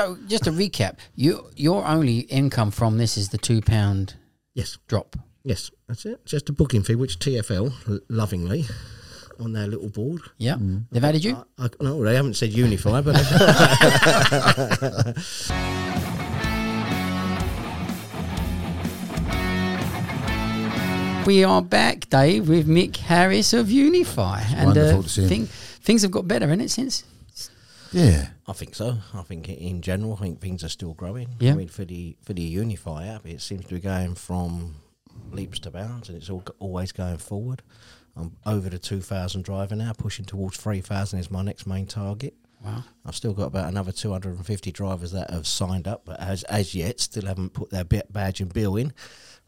So just to recap, you, your only income from this is the two pound Yes, drop. yes, that's it. Just a booking fee, which TFL l- lovingly on their little board. Yeah, Mm. they've added you. I, no, they haven't said unify, but We are back, Dave, with Mick Harris of Unify, and uh, wonderful to see him. things have got better in it since. Yeah. I think so. I think i- in general, I think things are still growing. Yeah. I mean, for the for the Unify app, it seems to be going from leaps to bounds, and it's all, always going forward. I'm over the two thousand driver now, pushing towards three thousand is my next main target. Wow. I've still got about another two hundred and fifty drivers that have signed up, but as as yet, still haven't put their bi- badge and bill in.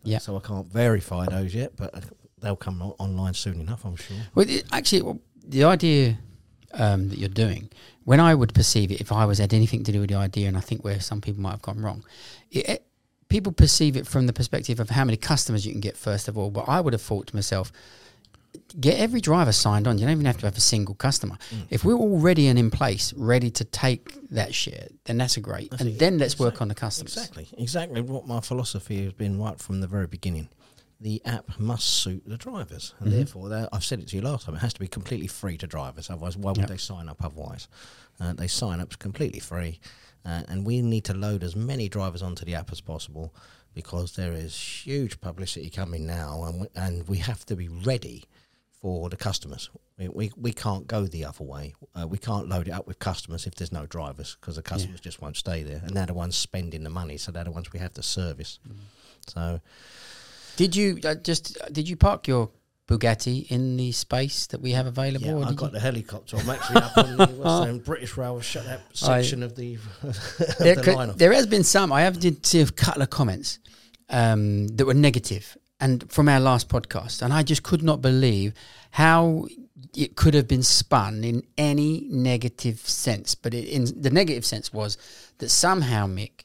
Yeah. So I can't verify those yet, but they'll come on- online soon enough, I'm sure. Well, it, actually, well, the idea um, that you're doing, when I would perceive it, if I was had anything to do with the idea, and I think where some people might have gone wrong, it, it- people perceive it from the perspective of how many customers you can get first of all. But I would have thought to myself, get every driver signed on. You don't even have to have a single customer. Mm. If we're already and in place, ready to take that shit, then that's a great. and then let's work on the customers. Exactly, exactly what my philosophy has been right from the very beginning. The app must suit the drivers, and therefore, that, I've said it to you last time. It has to be completely free to drivers. Otherwise, why would Yep. they sign up? Otherwise, uh, they sign up completely free, uh, and we need to load as many drivers onto the app as possible because there is huge publicity coming now, and we, and we have to be ready for the customers. We, we, we can't go the other way. Uh, we can't load it up with customers if there's no drivers because the customers just won't stay there. And they're the ones spending the money, so they're the ones we have to service. So, Did you uh, just did you park your Bugatti in the space that we have available? yeah, or I did got you- the helicopter. I'm actually up on the what's the name, British Rail shut that section of the, of there, the could- line off. there has been some. I have did see a couple of comments um, that were negative, and from our last podcast, and I just could not believe how it could have been spun in any negative sense. But it, in the negative sense was that somehow, Mick,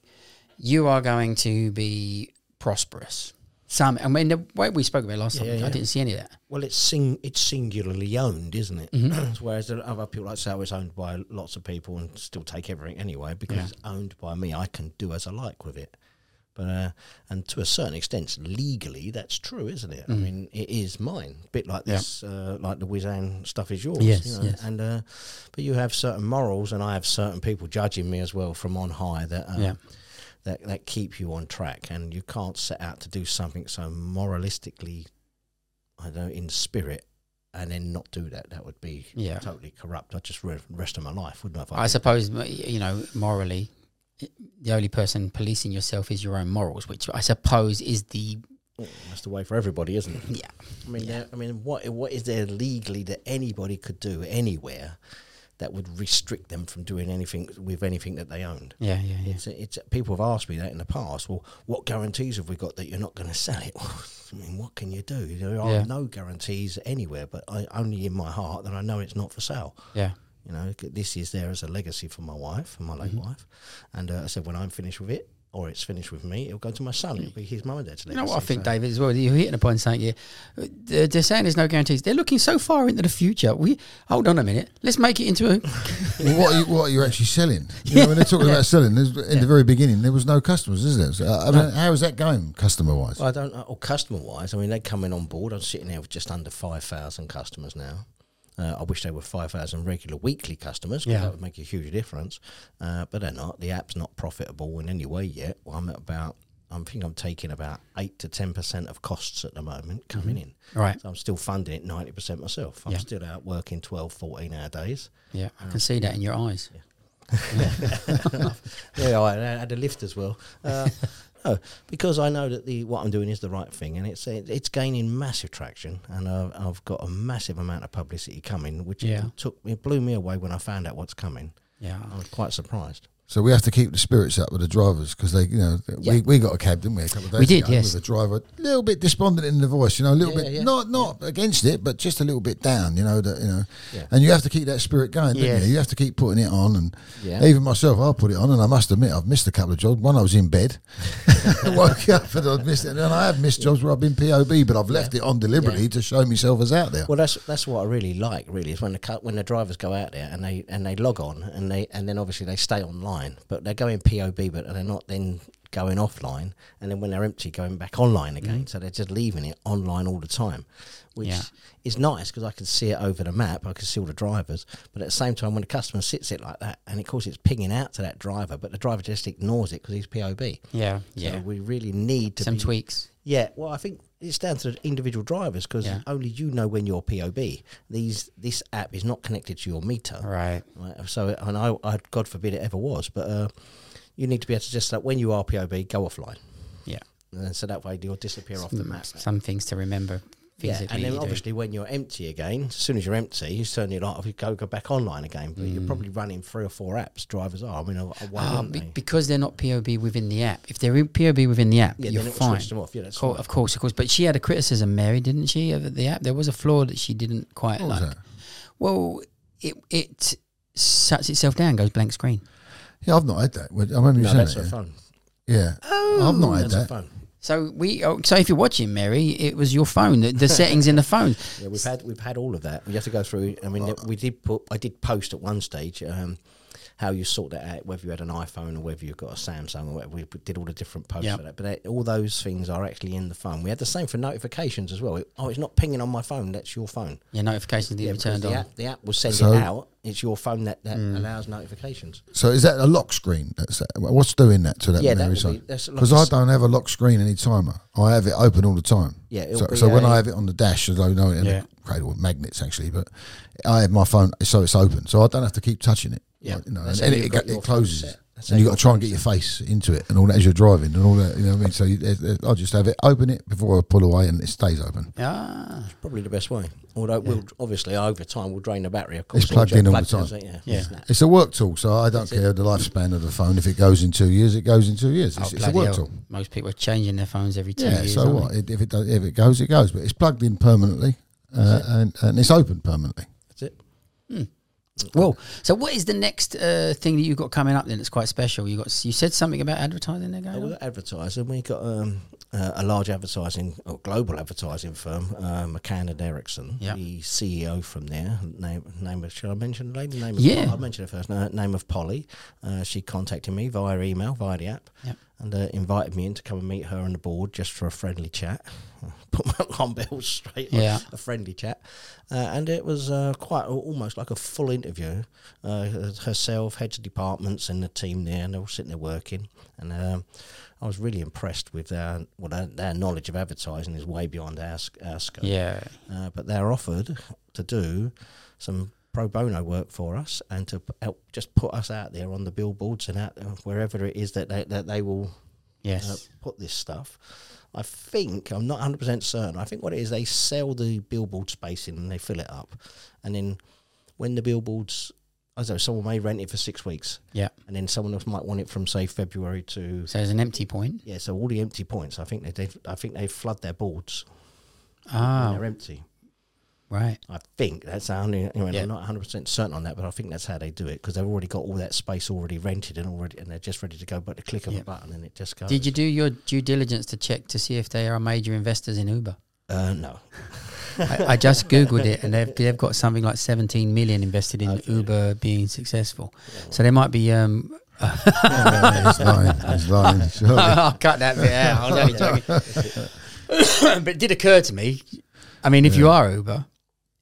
you are going to be prosperous. Some, and when the way we spoke about it last time, yeah, I yeah. didn't see any of that. Well, it's sing it's singularly owned, isn't it? Mm-hmm. Whereas the other people like say it's owned by lots of people and still take everything anyway because it's owned by me. I can do as I like with it. But uh, and to a certain extent, legally, that's true, isn't it? I mean, it is mine. A bit like Mm. Yeah. this, uh, like the Wizan stuff is yours. Yes, you know? yes. And uh, but you have certain morals, and I have certain people judging me as well from on high that uh, Yeah. that that keep you on track, and you can't set out to do something so moralistically, I don't know, in spirit, and then not do that. That would be Yeah. totally corrupt. I'd just ruin the rest of my life, wouldn't I? if I I did suppose m- you know morally, i- the only person policing yourself is your own morals, which I suppose is the that? Mm, That's the way for everybody, isn't it? yeah. I mean, there- I mean, what what is there legally that anybody could do anywhere that would restrict them from doing anything with anything that they owned? Yeah, yeah, yeah. It's, it's people have asked me that in the past. Well, what guarantees have we got that you're not going to sell it? I mean, what can you do? There are Yeah. no guarantees anywhere, but I, only in my heart that I know it's not for sale. Yeah. You know, c- this is there as a legacy for my wife, for my late Mm-hmm. wife, and uh, I said when I'm finished with it, or it's finished with me, it'll go to my son. It'll be his mum and dad's You legacy. know what I think, so- David, as well? You're hitting upon something here. They're, they're saying there's no guarantees. They're looking so far into the future. We Hold on a minute. Let's make it into a. Well, what, are you, what are you actually selling? You know, when they're talking about selling, there's, in the very beginning, there was no customers, is there? So, uh, I mean, How is that going, customer wise? Well, I don't know. Or customer wise, I mean, they're coming on board. I'm sitting there with just under 5,000 customers now. Uh, I wish they were 5,000 regular weekly customers 'cause Yeah. that would make a huge difference. Uh, but they're not. The app's not profitable in any way yet. Well, I'm at about, I think I'm taking about 8 to 10% of costs at the moment coming in. Right. So I'm still funding it 90% myself. Mm-hmm. I'm Yeah. still out working 12, 14 hour days. Yeah, I can see that in your eyes. yeah, I had a lift as well. Uh, no, because I know that the what I'm doing is the right thing, and it's uh, it's gaining massive traction, and I've, I've got a massive amount of publicity coming, which Yeah. it took it blew me away when I found out what's coming. Yeah. I was quite surprised. So we have to keep the spirits up with the drivers because they, you know, Yeah. we, we got a cab, didn't we? A couple of days We did, ago yes. With a driver, a little bit despondent in the voice, you know, a little Yeah, bit yeah. not not against it, but just a little bit down, you know, that you know, Yeah. and you have to keep that spirit going, don't Yes. you? You have to keep putting it on, and Yeah. even myself, I'll put it on, and I must admit, I've missed a couple of jobs. One, I was in bed, woke up, and I've missed it, and I have missed jobs where I've been POB, but I've left it on deliberately to show myself as out there. Well, that's that's what I really like. Really, is when the cu- when the drivers go out there and they and they log on and they and then obviously they stay online offline, but they're going POB, but they're not then going offline, and then when they're empty, going back online again. So they're just leaving it online all the time, which Mm. Yeah. is nice because I can see it over the map, I can see all the drivers, but at the same time, when the customer sits it like that, and of course it's pinging out to that driver, but the driver just ignores it because he's POB. Yeah, So yeah. we really need to Some be, tweaks. yeah, well, I think it's down to the individual drivers because Yeah. only you know when you're POB. These this app is not connected to your meter, Right. right? So, and I, I, God forbid it ever was, but uh, you need to be able to just like when you are POB, go offline, Yeah. and so that way you'll disappear off the Mm, map. Some things to remember Yeah, physically. and then you do. obviously when you're empty again, as soon as you're empty, you turn it off, you go go back online again. But you're probably running three or four apps. Drivers are. I mean, uh, why Mm. Ah, wouldn't be- they? because they're not POB within the app. If they're in POB within the app, yeah, you're then it fine. switches them off. Yeah, that's Co- right. Of course, of course. But she had a criticism, Mary, didn't she, of the app? There was a flaw that she didn't quite What was like. that? Well, it it shuts itself down, goes blank screen. Yeah, I've not had that. Well, I remember you No, saying that's that. a yeah. phone. Yeah, I've not had That's a that. phone. So we, oh, so if you're watching, Mary, it was your phone. The, the settings in the phone. Yeah, we've had we've had all of that. We have to go through. I mean, we did put. I did post at one stage um, how you sort that out, whether you had an iPhone or whether you've got a Samsung or whatever. We did all the different posts Yep. for that. But that, all those things are actually in the phone. We had the same for notifications as well. It- oh, it's not pinging on my phone. That's your phone. Your notifications need to be because turned the on. Mm. App, the app will send So- it out. It's your phone that, that allows notifications. So is that a lock screen? That's what's doing that to that Yeah, that Mary would be- side? that's like Because a I s- don't have a lock screen any timer. I have it open all the time. Yeah, it'll So, be so when a- I have it on the dash, as I know it in Yeah. the cradle with magnets actually, but I have my phone so it's open, so I don't have to keep touching it. Yeah. Like, you know, That's and how and you've it, got it, your phone closes. set. That's how And you you've got to try and get your face into it and all that as you're driving and all that. You know what I mean? So you, I- I'll just have it open it before I pull away and it stays open. Ah, Probably the best way. Although it will obviously over time will drain the battery. Of course, It's plugged in all the Plugged time. isn't it? Yeah. It's that. It's a work tool, so I don't care the lifespan of the phone. If it goes in two years, it goes in two years. oh, It's, it's a bloody work hell. tool. Most people are changing their phones every two Yeah, years. so aren't what? they? It, if it does, if it goes, it goes. But it's plugged in permanently, uh, and and it's open permanently. That's it. Well, so what is the next uh, thing that you've got coming up? Then that's quite special. You got you said something about advertising there Yeah, Oh, going. we on? got advertising. We got um, uh, a large advertising or global advertising firm, uh, McCann and Erickson, Yeah. the CEO from there. Name, name of should I mention the lady? Name of Yeah. I'll mention her first. No, name of Polly. Uh, she contacted me via email, via the app, Yep. and uh, invited me in to come and meet her and the board just for a friendly chat. Put my alarm bells straight. on Yeah. a friendly chat, uh, and it was uh, quite almost like a full interview. Uh, herself, heads of departments, and the team there, and they're all sitting there working. And um, I was really impressed with their well, their, their knowledge of advertising is way beyond our, sc- our scope. Yeah, Uh, but they're offered to do some pro bono work for us and to p- help just put us out there on the billboards and out there, wherever it is that they, that they will yes. uh, put this stuff. I think I'm not 100 percent certain. I think what it is, they sell the billboard space in and they fill it up, and then when the billboards, I don't know, someone may rent it for six weeks, Yeah. and then someone else might want it from say February to So there's an empty point. yeah. So all the empty points, I think they, they I think they flood their boards when Ah, they're empty. right. I think that's how. Anyway, Yeah. I'm not 100 percent certain on that, but I think that's how they do it because they've already got all that space already rented and already, and they're just ready to go. But the click of Yeah. a button and it just goes. Did you do your due diligence to check to see if they are major investors in Uber? Uh, no. I, I just googled it, and they've they've got something like 17 million invested in Uber being successful. So they might be. Um, It's lying. It's lying. surely. I'll cut that bit out. I was only joking. but it did occur to me. I mean, if you are Uber,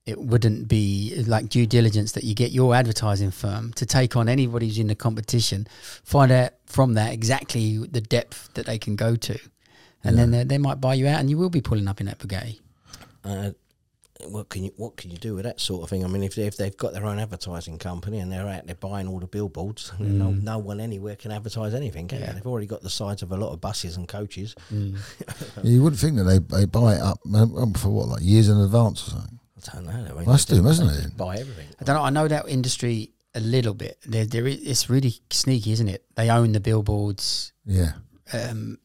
it wouldn't be like due diligence that you get your advertising firm to take on anybody who's in the competition, find out from that exactly the depth that they can go to, and then they, they might buy you out, and you will be pulling up in that Bugatti. uh, what can you what can you do with that sort of thing? I mean, if, they- if they've got their own advertising company and they're out there buying all the billboards, no, no one anywhere can advertise anything. Can Mm. Yeah. they? They've already got the sides of a lot of buses and coaches. You wouldn't think that they, they buy it up um, um, for what like years in advance or something. I don't know. I mean, Must they do, just- mustn't they it? just Buy everything. I don't know. I know that industry a little bit. There, there is, it's really sneaky, isn't it? They own the billboards. Yeah, Um,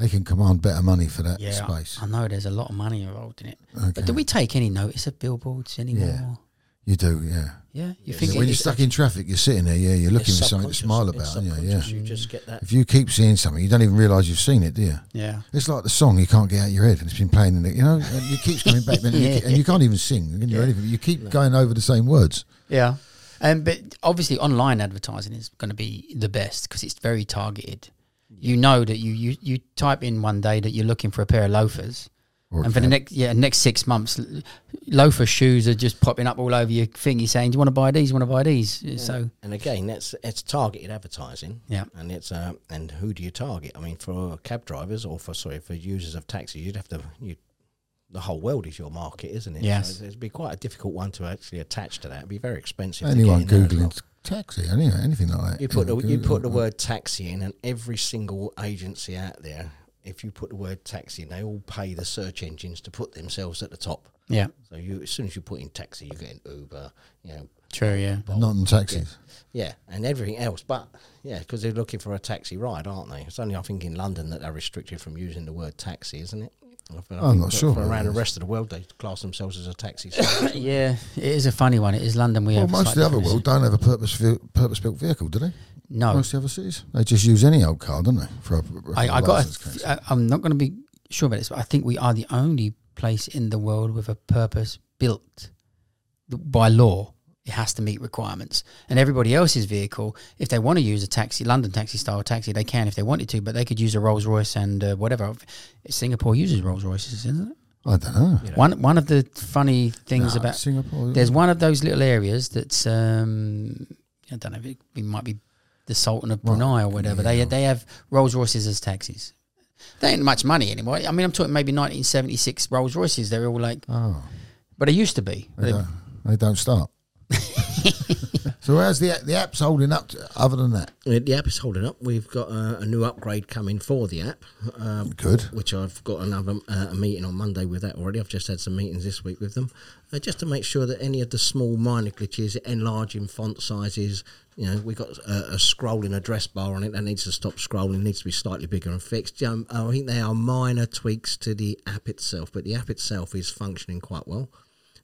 they can command better money for that yeah, space. I know there's a lot of money involved in it. But Okay. do we take any notice of billboards anymore? You do, yeah. Yeah, you Yes. think when it- you're stuck in traffic, you're sitting there, yeah, you're looking It's for something to subconscious. smile It's about, aren't you? yeah. subconscious. You just get that. If you keep seeing something, you don't even realise you've seen it, do you? yeah, It's like the song you can't get out of your head, and it's been playing in it. You know, and it keeps coming back, and, you, Yeah. and you can't even sing, can you? Or anything. You keep going over the same words. yeah. Um, but obviously, online advertising is going to be the best because it's very targeted. You know that you, you you type in one day that you're looking for a pair of loafers, Or and for the next yeah next six months, l- loafer shoes are just popping up all over your thing. You're saying, "Do you want to buy these? You want to buy these?" So And again, that's it's targeted advertising. Yeah. And it's uh, and who do you target? I mean, for cab drivers or for sorry for users of taxis, you'd have to you. The whole world is your market, isn't it? Yes. So it'd be quite a difficult one to actually attach to that. It'd be very expensive. to get anyone in there as well. googling taxi, anything, anything like that. You put the, know, you put the Google- word taxi in, and every single agency out there, if you put the word taxi, in, they all pay the search engines to put themselves at the top. yeah, So you, as soon as you put in taxi, you get an Uber, you know, true, yeah, not in taxis. yeah, and everything else. But yeah, because they're looking for a taxi ride, aren't they? It's only I think in London that they're restricted from using the word taxi, isn't it? I feel- I I'm think not for- sure For about around the this. rest of the world, they class themselves as a taxi. Uh, service. yeah. It is a funny one. It is London. We Well, have most of slightly the other different- world don't have a purpose purpose built vehicle, do they? No, Most of the other cities, they just use any old car, don't they? For a, I, I got. license case. A, I, I'm not going to be sure about this, but I think we are the only place in the world with a purpose built th- by law. It has to meet requirements, and everybody else's vehicle, if they want to use a taxi, London taxi style taxi, they can if they wanted to, but they could use a Rolls Royce and uh, whatever. Singapore uses Rolls Royces, isn't it? I don't know. Yeah. One one of the funny things Nah, about Singapore. there's one of those little areas that's um, I don't know. It, it might be the Sultan of Right. Brunei or whatever. They Yeah. they have Rolls Royces as taxis. They ain't much money anymore. I mean, I'm talking maybe 1976 Rolls Royces. They're all like, oh, but they used to be. They- they don't, they don't start. so how's the the app's holding up? To, other than that, Uh, the app is holding up. We've got uh, a new upgrade coming for the app, uh, good. which I've got another uh, a meeting on Monday with that already. I've just had some meetings this week with them, uh, just to make sure that any of the small minor glitches, enlarging font sizes, you know, we got a, a scrolling address bar on it that needs to stop scrolling, needs to be slightly bigger and fixed. Um, I think they are minor tweaks to the app itself, but the app itself is functioning quite well.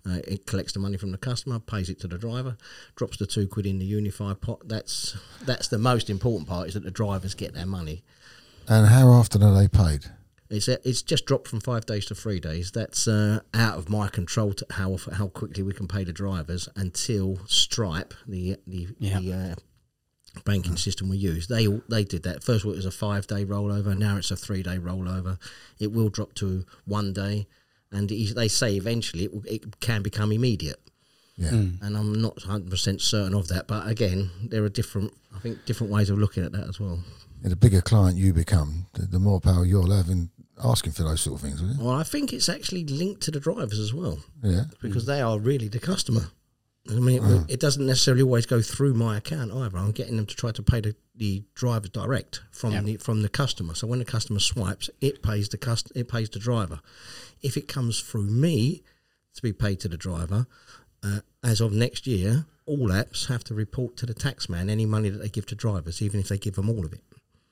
Uh, it collects the money from the customer, pays it to the driver, drops the two quid in the Unify pot. That's that's the most important part is that the drivers get their money. And how often are they paid? It's it's just dropped from five days to three days. That's uh, out of my control to how how quickly we can pay the drivers until Stripe, the the, Yeah. the uh, banking system we use, they they did that. First of all, it was a five day rollover. Now it's a three day rollover. It will drop to one day, and e- they say eventually it, will- it can become immediate. Yeah. Mm. And I'm not 100 percent certain of that, but again, there are different I think different ways of looking at that as well. And the bigger client you become, the, the more power you'll have in asking for those sort of things. Isn't Well, I think it's actually linked to the drivers as well. it? Yeah. Mm. because they are really the customer. I mean, Ah. it, it doesn't necessarily always go through my account either. I'm getting them to try to pay the, the driver direct from Yeah. the from the customer. So when the customer swipes, it pays the cust- it pays the driver. If it comes through me to be paid to the driver, uh, as of next year, all apps have to report to the tax man any money that they give to drivers, even if they give them all of it.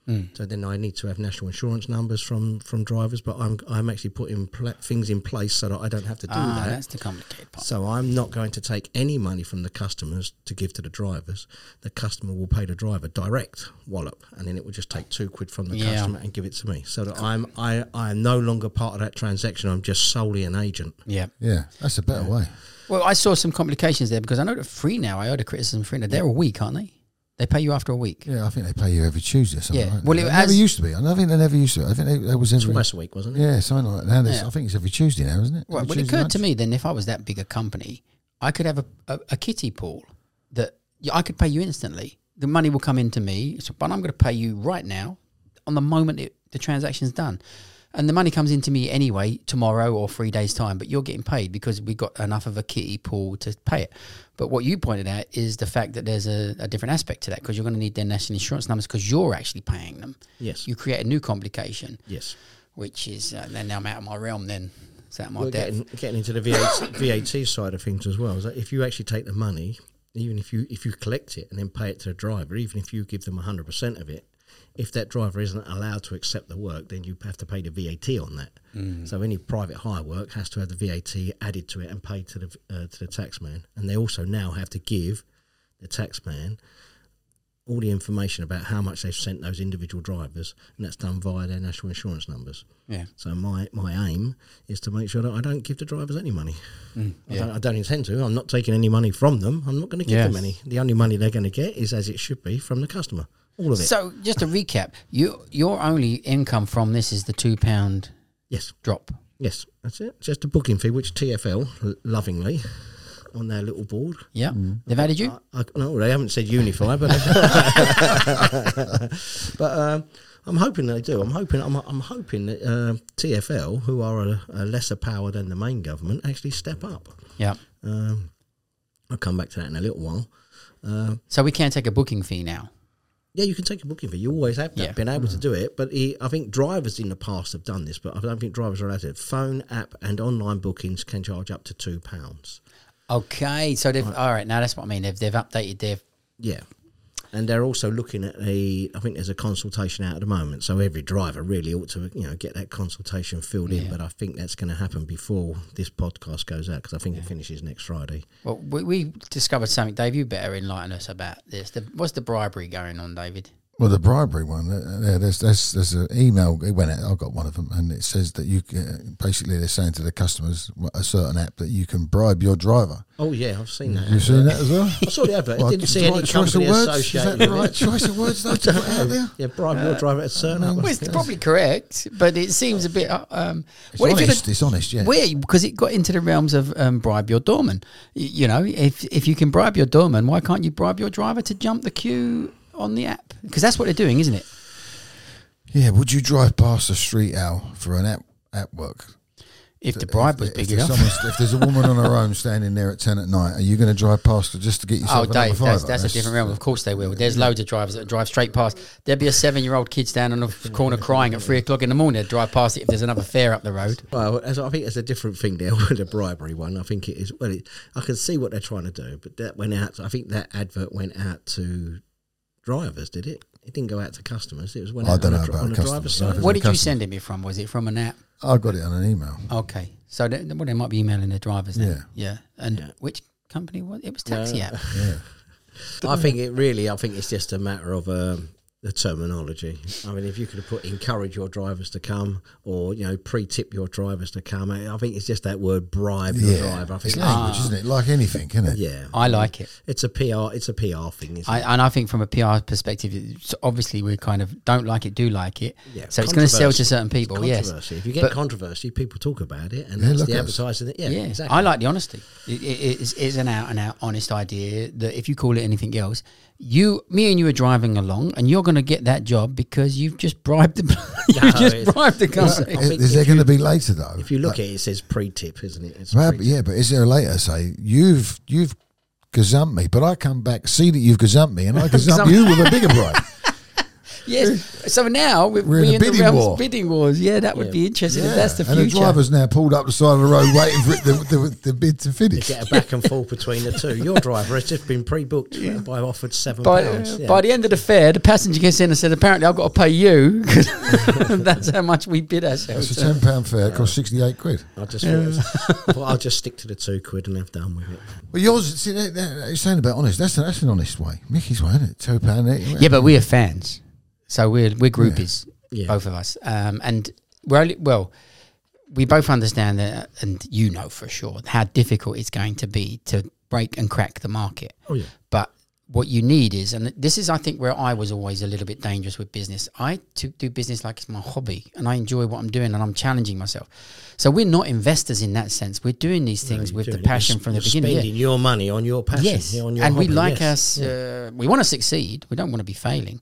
Mm. So then I need to have national insurance numbers from, from drivers, but I'm I'm actually putting pla things in place so that I don't have to do Ah, that. that's the complicated part. So I'm not going to take any money from the customers to give to the drivers. The customer will pay the driver direct wallop, and then it will just take two quid from the Yeah. customer and give it to me. So that I'm I, I am no longer part of that transaction. I'm just solely an agent. Yeah. Yeah. That's a better way. Well, I saw some complications there because I know that free now. I heard a criticism free now. They're a week, aren't they? They pay you after a week. Yeah, I think they pay you every Tuesday. Or something Yeah. like Well, that. it They has- never used to be. I don't think they never used to. I think they, they was every. Twice a week, wasn't it? Yeah, something like that. Now there's- Yeah. I think it's every Tuesday now, isn't it? Well, Every well it Tuesday occurred to nights? me then if I was that big a company, I could have a, a, a kitty pool that y- I could pay you instantly. The money will come into me, so, but I'm going to pay you right now on the moment it, the transaction's done. And the money comes into me anyway tomorrow or three days' time, but you're getting paid because we got enough of a kitty pool to pay it. But what you pointed out is the fact that there's a, a different aspect to that because you're going to need their national insurance numbers because you're actually paying them. Yes. You create a new complication, yes. which is uh, then I'm out of my realm. Then it's out of my We're depth. getting, getting into the VAT, VAT side of things as well. Is that if you actually take the money, even if you if you collect it and then pay it to the driver, even if you give them 100% of it, if that driver isn't allowed to accept the work, then you have to pay the VAT on that. So any private hire work has to have the VAT added to it and paid to the uh, to the tax man. And they also now have to give the tax man all the information about how much they've sent those individual drivers, and that's done via their national insurance numbers. Yeah. So my, my aim is to make sure that I don't give the drivers any money. Mm, I, yeah. don't, I don't intend to. I'm not taking any money from them. I'm not going to give them Yes. any. The only money they're going to get is as it should be from the customer. All of it. So just to recap, you your only income from this is the two pound yes. drop. Yes. That's it. Just a booking fee, which TFL l- lovingly on their little board. Yeah, they've added you. I, I, no, they haven't said unify, but but um, I'm hoping they do. I'm hoping I'm, I'm hoping that uh, TFL, who are a, a lesser power than the main government, actually step up. Yeah. Um, I'll come back to that in a little while. Um, So we can take a booking fee now. yeah, you can take a booking fee. You always have that, Yeah. Mm. been able to do it. But he, I think drivers in the past have done this, but I don't think drivers are allowed to. Phone app and online bookings can charge up to two pounds. Okay. So they've all right. Now that's what I mean. They've they've updated their Yeah. And they're also looking at a. I think there's a consultation out at the moment, so every driver really ought to, you know, get that consultation filled in. Yeah. But I think that's going to happen before this podcast goes out because I think it finishes next Friday. Well, we, we discovered something, Dave. You better enlighten us about this. The, what's the bribery going on, David? Well, the bribery one. uh, Yeah, there's there's there's an email. It went out. I got one of them, and it says that you can, basically they're saying to the customers a certain app that you can bribe your driver. Oh yeah, I've Mm. seen that. You advert. seen that as well? I saw the advert. I Well, didn't it's see the any right choice of company words. Is associated that the with right it. choice of words? though, to put out there? Uh, Yeah, bribe your driver at certain. Well, it's probably correct, but it seems a bit. uh, Um, It's what if it- honest. It's honest. Yeah. weird because it got into the realms of um, bribe your doorman. Y- You know, if if you can bribe your doorman, why can't you bribe your driver to jump the queue on the app? Because that's what they're doing, isn't it? Yeah. Would you drive past a street owl for an app at work? If the bribe was if, big if there's enough. someone- if there's a woman on her own standing there at ten at night, are you going to drive past her just to get Oh, yourself another Dave, fiver? that's, that's a different realm. Of course they will. There's loads of drivers that drive straight past. There'd be a seven-year-old kid standing on the corner crying at three o'clock in the morning. They'd drive past it if there's another fare up the road. Well, as I think it's a different thing there with the bribery one. I think it is. Well, it, I can see what they're trying to do, but that went out. I think that advert went out to drivers, did it? It didn't go out to customers. It was went I out don't on, the, know dri- about on the customers. driver's I side. think- What did you custom- send it me from? Was it from an app? I got it on an email. Okay, so they, well, they might be emailing their drivers. Then. Yeah, yeah. And Yeah. which company was it? Was taxi Yeah. app. Yeah. I think it really. I think it's just a matter of. Um, the terminology. I mean, if you could have put encourage your drivers to come, or you know, pre-tip your drivers to come. I I think it's just that word bribe your Yeah. driver. I think It's language, isn't it? Like anything, isn't it? yeah, I like it. it's a PR. It's a PR thing. Isn't I, and I think from a PR perspective, it's obviously we kind of don't like it, do like it. Yeah, so it's going to sell to controversy. certain people. Yes. controversy. If you get But- controversy, people talk about it, and Yeah, that's look the at us. advertising. That, yeah, Yeah, exactly. I like the honesty. It, it, it's, it's an out and out honest idea that if you call it anything else, you, me, and you are driving along, and you're going to get that job because you've just bribed the, you No, just it's- bribed the I company. think Is there if going to be later though? If you look at it, it says pre-tip, isn't it? It's Well, pre-tip. yeah, but is there a later say you've you've gazumped me, but I come back see that you've gazumped me, and I gazump you with a bigger bribe. Yes. So now we're, We're in a in, the bidding realms war. of bidding wars. Yeah, that would be interesting. If that's the and future. the driver's now pulled up the side of the road waiting for it, the, the, the bid to finish. Get a back and forth between the two. Your driver has just been pre-booked by offered seven by, uh, pounds. Yeah. by the end of the fare, the passenger gets in and said, "Apparently, I've got to pay you." 'cause that's how much we bid It's a ourselves. ten pound fare, cost sixty eight quid. I just thought it was- I thought I'll just stick to the two quid and have done with it. Well, yours, see, that, that, you're saying about honest. That's that's an honest way. Mickey's way, isn't it? Two pound. Yeah, but we are fans, so we're we're groupies, Yeah. both of us, um, and we're only well. We both understand that, and you know for sure how difficult it's going to be to break and crack the market. Oh yeah, But what you need is, and this is, I think, where I was always a little bit dangerous with business. I to do business like it's my hobby, and I enjoy what I'm doing, and I'm challenging myself. So we're not investors in that sense. We're doing these things with the passion from the beginning. yeah. Spending your money on your passion. Yes, yeah, on and your we hobby, like yes. us. Uh, we want to succeed. We don't want to be failing,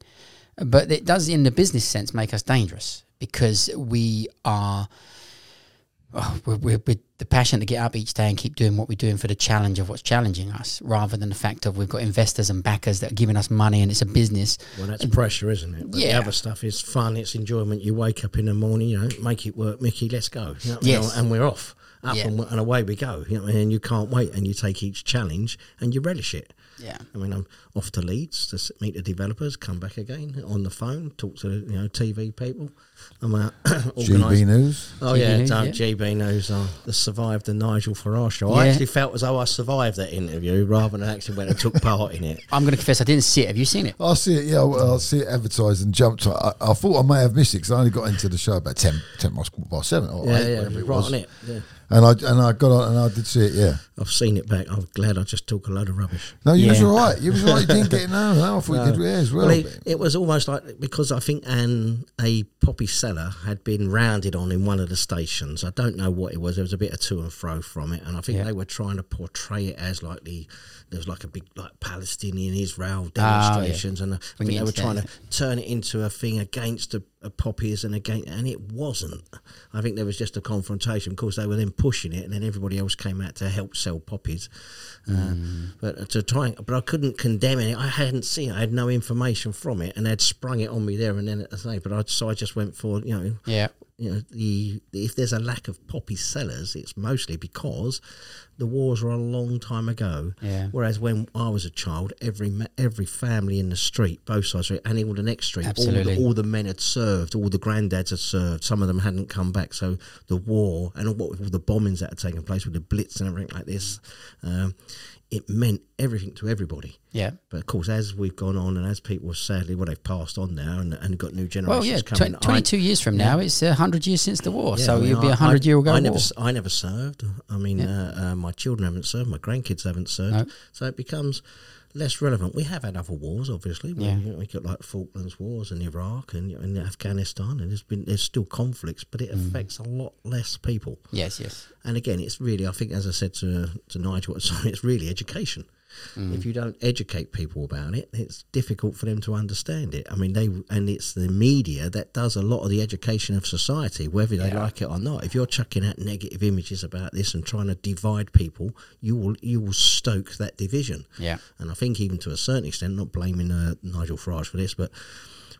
but it does, in the business sense, make us dangerous because we are. Oh, we're, we're, we're the passion to get up each day and keep doing what we're doing for the challenge of what's challenging us, rather than the fact of we've got investors and backers that are giving us money and it's a business. Well, that's pressure, isn't it? But Yeah. The other stuff is fun. It's enjoyment. You wake up in the morning, you know, make it work, Mickey. Let's go. You know what I mean? Yes. And we're off, up Yeah. and, w- and away we go. You know, what I mean? and you can't wait, and you take each challenge and you relish it. Yeah, I mean, I'm off to Leeds to s- meet the developers. Come back again on the phone, talk to you know TV people. I'm out GB organised. News. Oh GB yeah, News, no, yeah. GB knows uh, the survived the Nigel Farage show. I Yeah. actually felt as though I survived that interview rather than actually went and took part in it. I'm going to confess, I didn't see it. Have you seen it? I see it. Yeah, well, I see it advertised and jumped. I, I thought I may have missed it because I only got into the show about 10, 10 past- well, seven or Yeah, eight, yeah, whatever it right was. on it. Yeah. And I and I got on and I did see it. Yeah. I've seen it back. I'm glad I just talk a load of rubbish. No, you was Yeah. all right. You was all right. You didn't get it. No, no, I thought you did yeah, as well. Well, it, but- it was almost like because I think an a poppy seller had been rounded on in one of the stations. I don't know what it was. There was a bit of to and fro from it, and I think Yeah. they were trying to portray it as like the there was like a big like Palestinian Israel Ah, demonstrations, and I Bring think it they were into trying that, to turn it into a thing against the uh, poppies and against, and it wasn't. I think there was just a confrontation. Of course, they were then pushing it, and then everybody else came out to help sell poppies. Uh, but to try, and, but I couldn't condemn it. I hadn't seen it. I had no information from it, and they'd sprung it on me there and then at the same. But I so I just went for you know, Yeah. you know, the if there's a lack of poppy sellers, it's mostly because the wars were a long time ago. Yeah. Whereas when I was a child, every ma- every family in the street, both sides, of it, and all the next street, all the, Absolutely. all the men had served, all the granddads had served. Some of them hadn't come back. So the war and all, what, all the bombings that had taken place with the Blitz and everything like this, um, it meant everything to everybody. Yeah. But of course, as we've gone on and as people sadly, well, they've passed on now and, and got new Well, generations yeah. coming. Tw- I- 22 years from now, it's uh, 100 years since the war. yeah, I so mean, you'll be a I- 100 I- year ago. I war. never, s- I never served. I mean, uh, uh, my children haven't served. My grandkids haven't served. No. So it becomes less relevant. We have had other wars, obviously. We, Yeah. you know, we got like Falklands wars and Iraq and, you know, and Afghanistan, and there's been there's still conflicts, but Mm. it affects a lot less people. yes, yes. And again, it's really, I think, as I said to, to Nigel, at the time, it's really education. If you don't educate people about it, it's difficult for them to understand it. I mean, they and it's the media that does a lot of the education of society, whether they like it or not. If you're chucking out negative images about this and trying to divide people, you will you will stoke that division. Yeah. And I think even to a certain extent, not blaming uh, Nigel Farage for this, but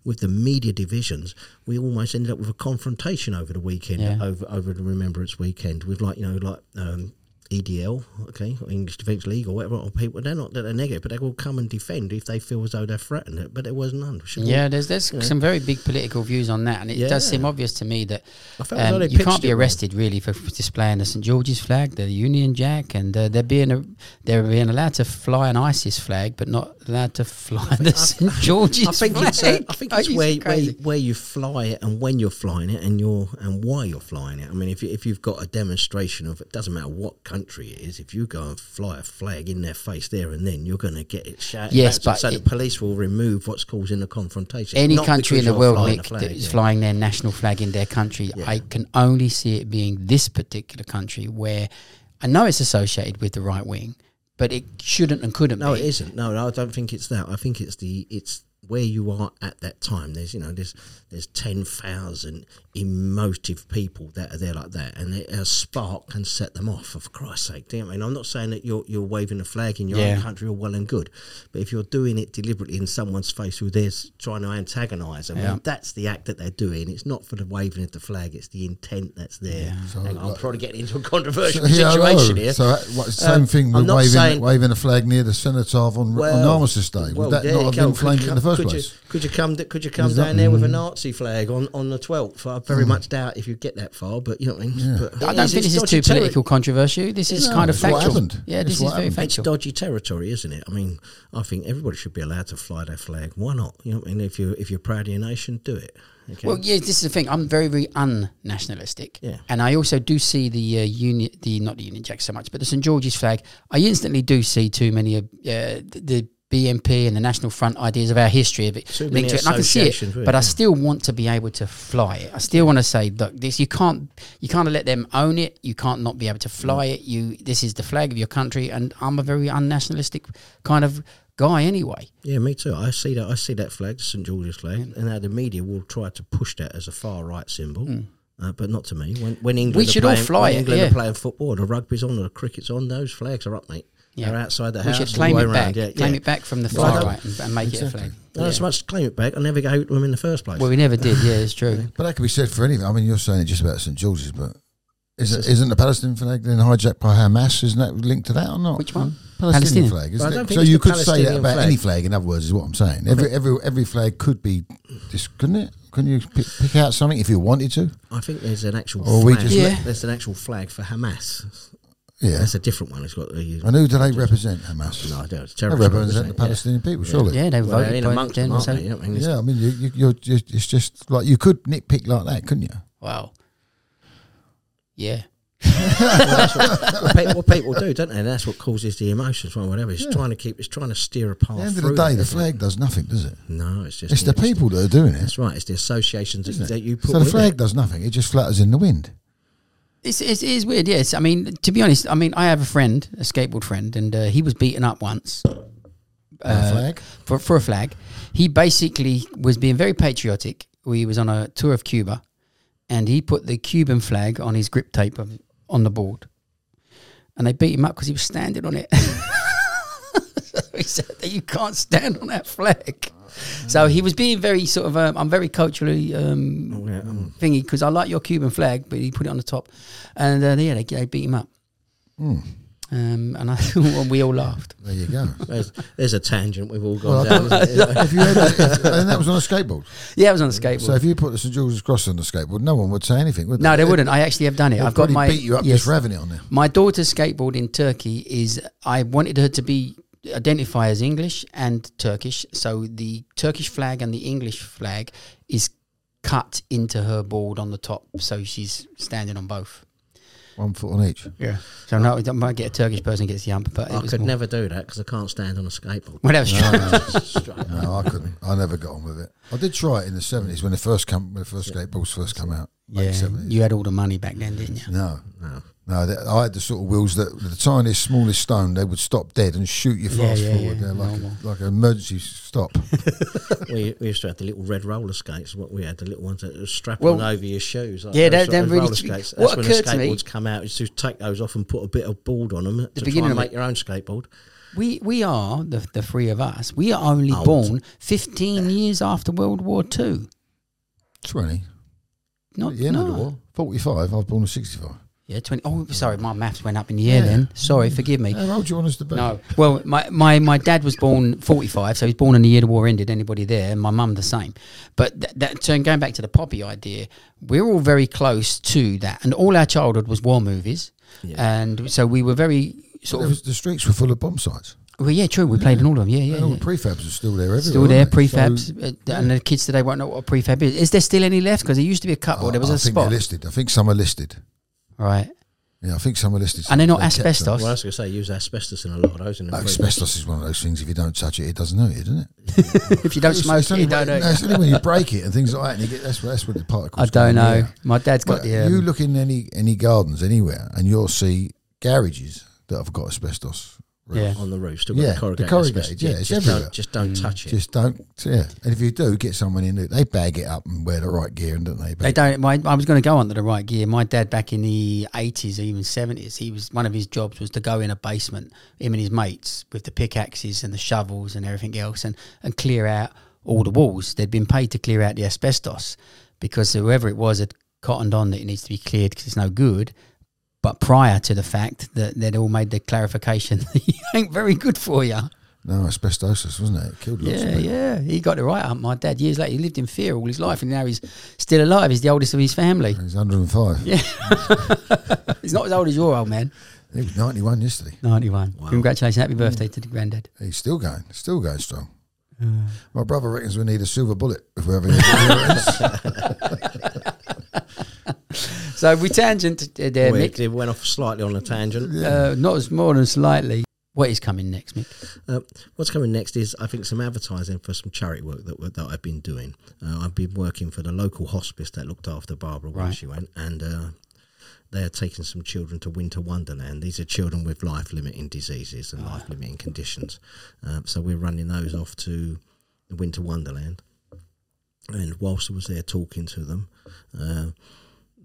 with the media divisions, we almost ended up with a confrontation over the weekend, Yeah. over over the Remembrance weekend, with like you know like. Um, EDL, okay, or English Defence League, or whatever, or people, they're not that they're negative, but they will come and defend if they feel as though they're threatened. But there was none. Should we- Yeah, there's there's some very big political views on that, and it does Mm. Yeah. seem obvious to me that I felt as though um, they you pitched can't be it wrong. arrested really for f- displaying the St George's flag, the Union Jack, and uh, they're being a, they're being allowed to fly an ISIS flag, but not allowed to fly the St George's I think flag. it's uh, I think it's It's where, where crazy. where you fly it and when you're flying it and you're and why you're flying it. I mean, if you, if you've got a demonstration of it doesn't matter what country it is, if you go and fly a flag in their face there and then, you're going to get it shouted. Yes, back. but so it- the police will remove what's causing the confrontation. Any Not country in because the you're world, flying Nick, a flag, that is yeah. flying their national flag in their country, I can only see it being this particular country where I know it's associated with the right wing, but it shouldn't and couldn't No, be. it isn't. No, no, I don't think it's that. I think it's the it's where you are at that time. There's you know there's there's ten thousand emotive people that are there like that, and it, a spark can set them off. For Christ's sake, do you know what I mean? I'm not saying that you're you're waving a flag in your Yeah. own country are well and good, but if you're doing it deliberately in someone's face who they're s- trying to antagonise, I mean Yeah. that's the act that they're doing. It's not for the waving of the flag; it's the intent that's there. Hang on, I'm probably getting into a controversial Yeah, I know. situation here. So that- what, same Um, thing I'm with not waving saying- waving a flag near the cenotaph on, on Armistice Day. Would well, that there not you have go. inflamed it in the first could place? You, could you come? d- Could you come Exactly. down there with a Nazi flag on, on the twelfth? I Hmm. very much doubt if you get that far, but you know what I mean. But I it don't is- think it's this is dodgy too terri- political controversial. This is No, kind of it's what factual. happened. Yeah, It's this what is very happened. It's factual. dodgy territory, isn't it? I mean, I think everybody should be allowed to fly their flag. Why not? You know, what I mean, if you if you're proud of your nation, do it. Okay. Well, yeah, this is the thing. I'm very, very un-nationalistic, Yeah. and I also do see the uh, union, the not the Union Jack so much, but the St George's flag. I instantly do see too many of uh, the BNP and the National Front ideas of our history of it Too many linked to it, and I can see it. associations with it, But I yeah. still want to be able to fly it. I still want to say, look, this you can't, you can't let them own it. You can't not be able to fly it. You, this is the flag of your country, and I'm a very un-nationalistic kind of guy anyway. yeah, me too. I see that. I see that flag, the St George's flag, and how the media will try to push that as a far right symbol. Uh, but not to me. When, when England, Hmm. We are should all playing- fly when it, England yeah. are playing football, the rugby's on, or the cricket's on. Those flags are up, mate. Yeah. They're outside the We house. should all claim the it way back. round. Yeah, claim yeah. it back from the Well, I far don't- right and, and make it a Exactly. flag. Not as much claim it back. I never go to them in the first place. Well, we never did. Yeah, it's true. But that could be said for anything. I mean, you're saying it just about St George's, but is it, isn't the Palestinian flag then hijacked by Hamas? Isn't that linked to that or not? Which one? Palestinian. Palestinian, flag. Well, I Isn't don't it? think So it's you the could say that Palestinian about flag. any flag. In other words, is what I'm saying. Every every every flag could be, dis- couldn't it? Can you pick, pick out something if you wanted to? I think there's an actual Or we flag. just- Yeah. There's an actual flag for Hamas. Yeah. That's a different one. It's got the. And who do they represent, Hamas? No, I don't. It's They terrible. represent the Palestinian people, surely. Yeah, they Well, they're voted in by amongst the them, aren't general they? assembly. I mean, it's- Yeah, I mean, you, you, you're just, it's just like you could nitpick like that, couldn't you? Wow. Yeah. what, pe- what people do, don't they? And that's what causes the emotions, well, whatever. It's Yeah. trying to keep, it's trying to steer a At path. the end of the through day, the everything. flag does nothing, does it? No, it's just It's the people that are doing it. That's right. It's the associations that, that you put. So the with flag it. does nothing; it just flutters in the wind. It's, it's, it is weird, yes. I mean, to be honest, I mean, I have a friend, a skateboard friend, and uh, he was beaten up once Uh, By the flag. for, for a flag. He basically was being very patriotic. He was on a tour of Cuba, and he put the Cuban flag on his grip tape of, on the board, and they beat him up because he was standing on it. so he said that you can't stand on that flag. So he was being very sort of um, I'm very culturally um, Oh, yeah, mm. thingy because I like your Cuban flag, but he put it on the top, and uh, yeah, they, they beat him up. Um, and I, and we all laughed. There you go. There's, there's a tangent we've all Well, gone down. isn't it? if you had a, if, and that was on a skateboard. Yeah, I was on a skateboard. So if you put the St George's Cross on the skateboard, no one would say anything, would they? no, they wouldn't. I actually have done it. They'd I've got probably my beat you up yes. just for having it on there. My daughter's skateboard in Turkey is I wanted her to be identify as English and Turkish, so the Turkish flag and the English flag is cut into her board on the top, so she's standing on both. One foot on each. Yeah. So no, I might get a Turkish person gets the hump, but it I was could more- never do that because I can't stand on a skateboard. Whatever. No, I couldn't. I never got on with it. I did try it in the seventies when the first come when the first skateboards first come out. late yeah, 70s. you had all the money back then, didn't you? No, No. no. That, I had the sort of wheels that the tiniest, smallest stone they would stop dead and shoot you Yeah, fast yeah, forward. yeah, They're like normal. a, like an emergency stop. we, we used to have the little red roller skates. What we had the little ones that were strapped Well- on over your shoes. Like Yeah, they're- those sort they're of really roller tr- skates. That's what when occurred the to me- skateboards come out. Is to take those off and put a bit of board on them to try beginning and of make it- your own skateboard. We we are the the three of us. We are only Old. born fifteen years after World War Two. Twenty. Not At the end of the no. war. Forty-five. I was born in sixty-five. Yeah, twenty. Oh, sorry, my maths went up in the air. Yeah. Uh, Then sorry, forgive me. How old do you want us to be? No, well, my, my, my dad was born forty five, so he's born in the year the war ended. Anybody there? And my mum the same. But that, that turn going back to the poppy idea, we're all very close to that, and all our childhood was war movies, Yeah. and so we were very There sort of. was- the streets were full of bomb sites. Well, yeah, true. We played in all of them. Yeah, yeah. and all yeah. the prefabs are still there. Everywhere, Still there, aren't they? So- prefabs, uh, and the kids today won't know what a prefab is. Is there still any left? Because there used to be a couple. I- there was oh, I a think spot, They're listed. I think some are listed. right? Yeah, I think some are listed. And they're not kept them. asbestos. well, I was going to say use asbestos in a lot of those. In the Like, fridge. asbestos is one of those things. If you don't touch it, it doesn't hurt you, doesn't it? if you don't It's- smoke it's it, only you when- don't no, know. it's only when you break it and things like that. And you get, that's where that's where the I particles. don't come, know. yeah. My dad's got But the. Um, you look in any any gardens anywhere, and you'll see garages that have got asbestos. roofs. yeah. on the roof, still got Yeah, the the corrugated. corrugated, asbestos. yeah, it's just everywhere. Mm. don't, just don't touch it. Just don't, yeah. And if you do, get someone in. They bag it up and wear the right gear, and don't they? They But don't. My, I was going to go onto the right gear. My dad, back in the eighties, even seventies, he was one of his jobs was to go in a basement, him and his mates, with the pickaxes and the shovels and everything else, and and clear out all the walls. They'd been paid to clear out the asbestos because whoever it was had cottoned on that it needs to be cleared because it's no good. But prior to the fact that they'd all made the clarification, that it ain't very good for you. no asbestosis, wasn't it? It killed lots of Yeah, people. yeah. He got the right up. My dad years later, he lived in fear all his life, and now he's still alive. He's the oldest of his family. He's 105. Yeah. He's not as old as your old man. He was 91 yesterday. 91. Wow. Congratulations. Happy birthday to the granddad. He's still going, still going strong. My brother reckons we need a silver bullet if we're having a So we tangent uh, there, we, Mick. it went off slightly on a tangent. Uh, not as more than slightly. What is coming next, Mick? Uh, what's coming next is, I think, some advertising for some charity work that that I've been doing. Uh, I've been working for the local hospice that looked after Barbara when Right. she went, and uh, they're taking some children to Winter Wonderland. These are children with life limiting diseases Ah. and life limiting conditions. Uh, so we're running those off to the Winter Wonderland. And whilst I was there talking to them, uh,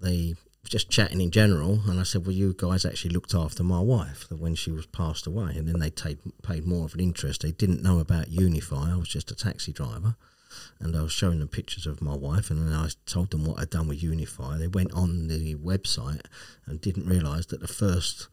they just chatting in general, and I said, "Well, you guys actually looked after my wife that when she was passed away, and then they take, paid more of an interest. They didn't know about Unify. I was just a taxi driver, and I was showing them pictures of my wife, and then I told them what I'd done with Unify. They went on the website and didn't realise that the first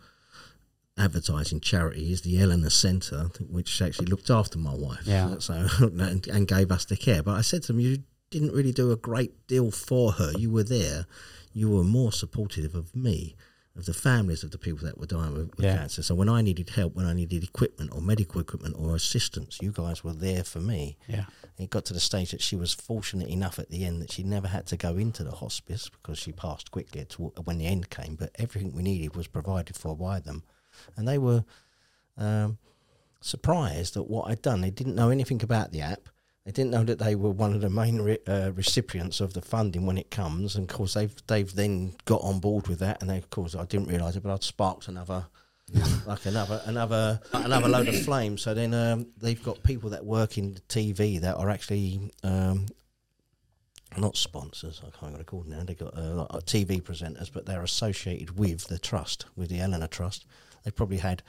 advertising charity is the Eleanor Centre, which actually looked after my wife, Yeah. so and, and gave us the care. But I said to them, "You didn't really do a great deal for her. You were there. You were more supportive of me, of the families of the people that were dying with, with Yeah. cancer. So when I needed help, when I needed equipment or medical equipment or assistance, you guys were there for me. Yeah. And it got to the stage that she was fortunate enough at the end that she never had to go into the hospice because she passed quickly to, when the end came. But everything we needed was provided for by them, and they were um, surprised at what I'd done. They didn't know anything about the app. They didn't know that they were one of the main re- uh, recipients of the funding when it comes. And of course, they've they've then got on board with that. And they, of course, I didn't realise it, but I'd sparked another. like another another another load of flame. So then um, they've got people that work in TV that are actually um, not sponsors. I can't remember what they're called now. They've got uh, like, uh, TV presenters, but they're associated with the trust, with the Eleanor Trust. They've probably had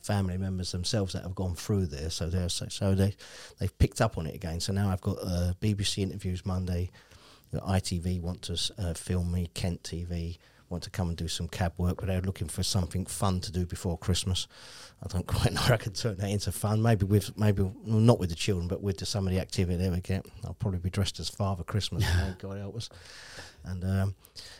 family members themselves that have gone through there, so they're so, so they they've picked up on it again. So now I've got uh, BBC interviews Monday. The ITV want to s- uh, film me. Kent TV want to come and do some cab work, but they're looking for something fun to do before Christmas. I don't quite know. how I could turn that into fun. Maybe with maybe well, not with the children, but with the, some of the activity they would get. I'll probably be dressed as Father Christmas. you know, God help us. And um,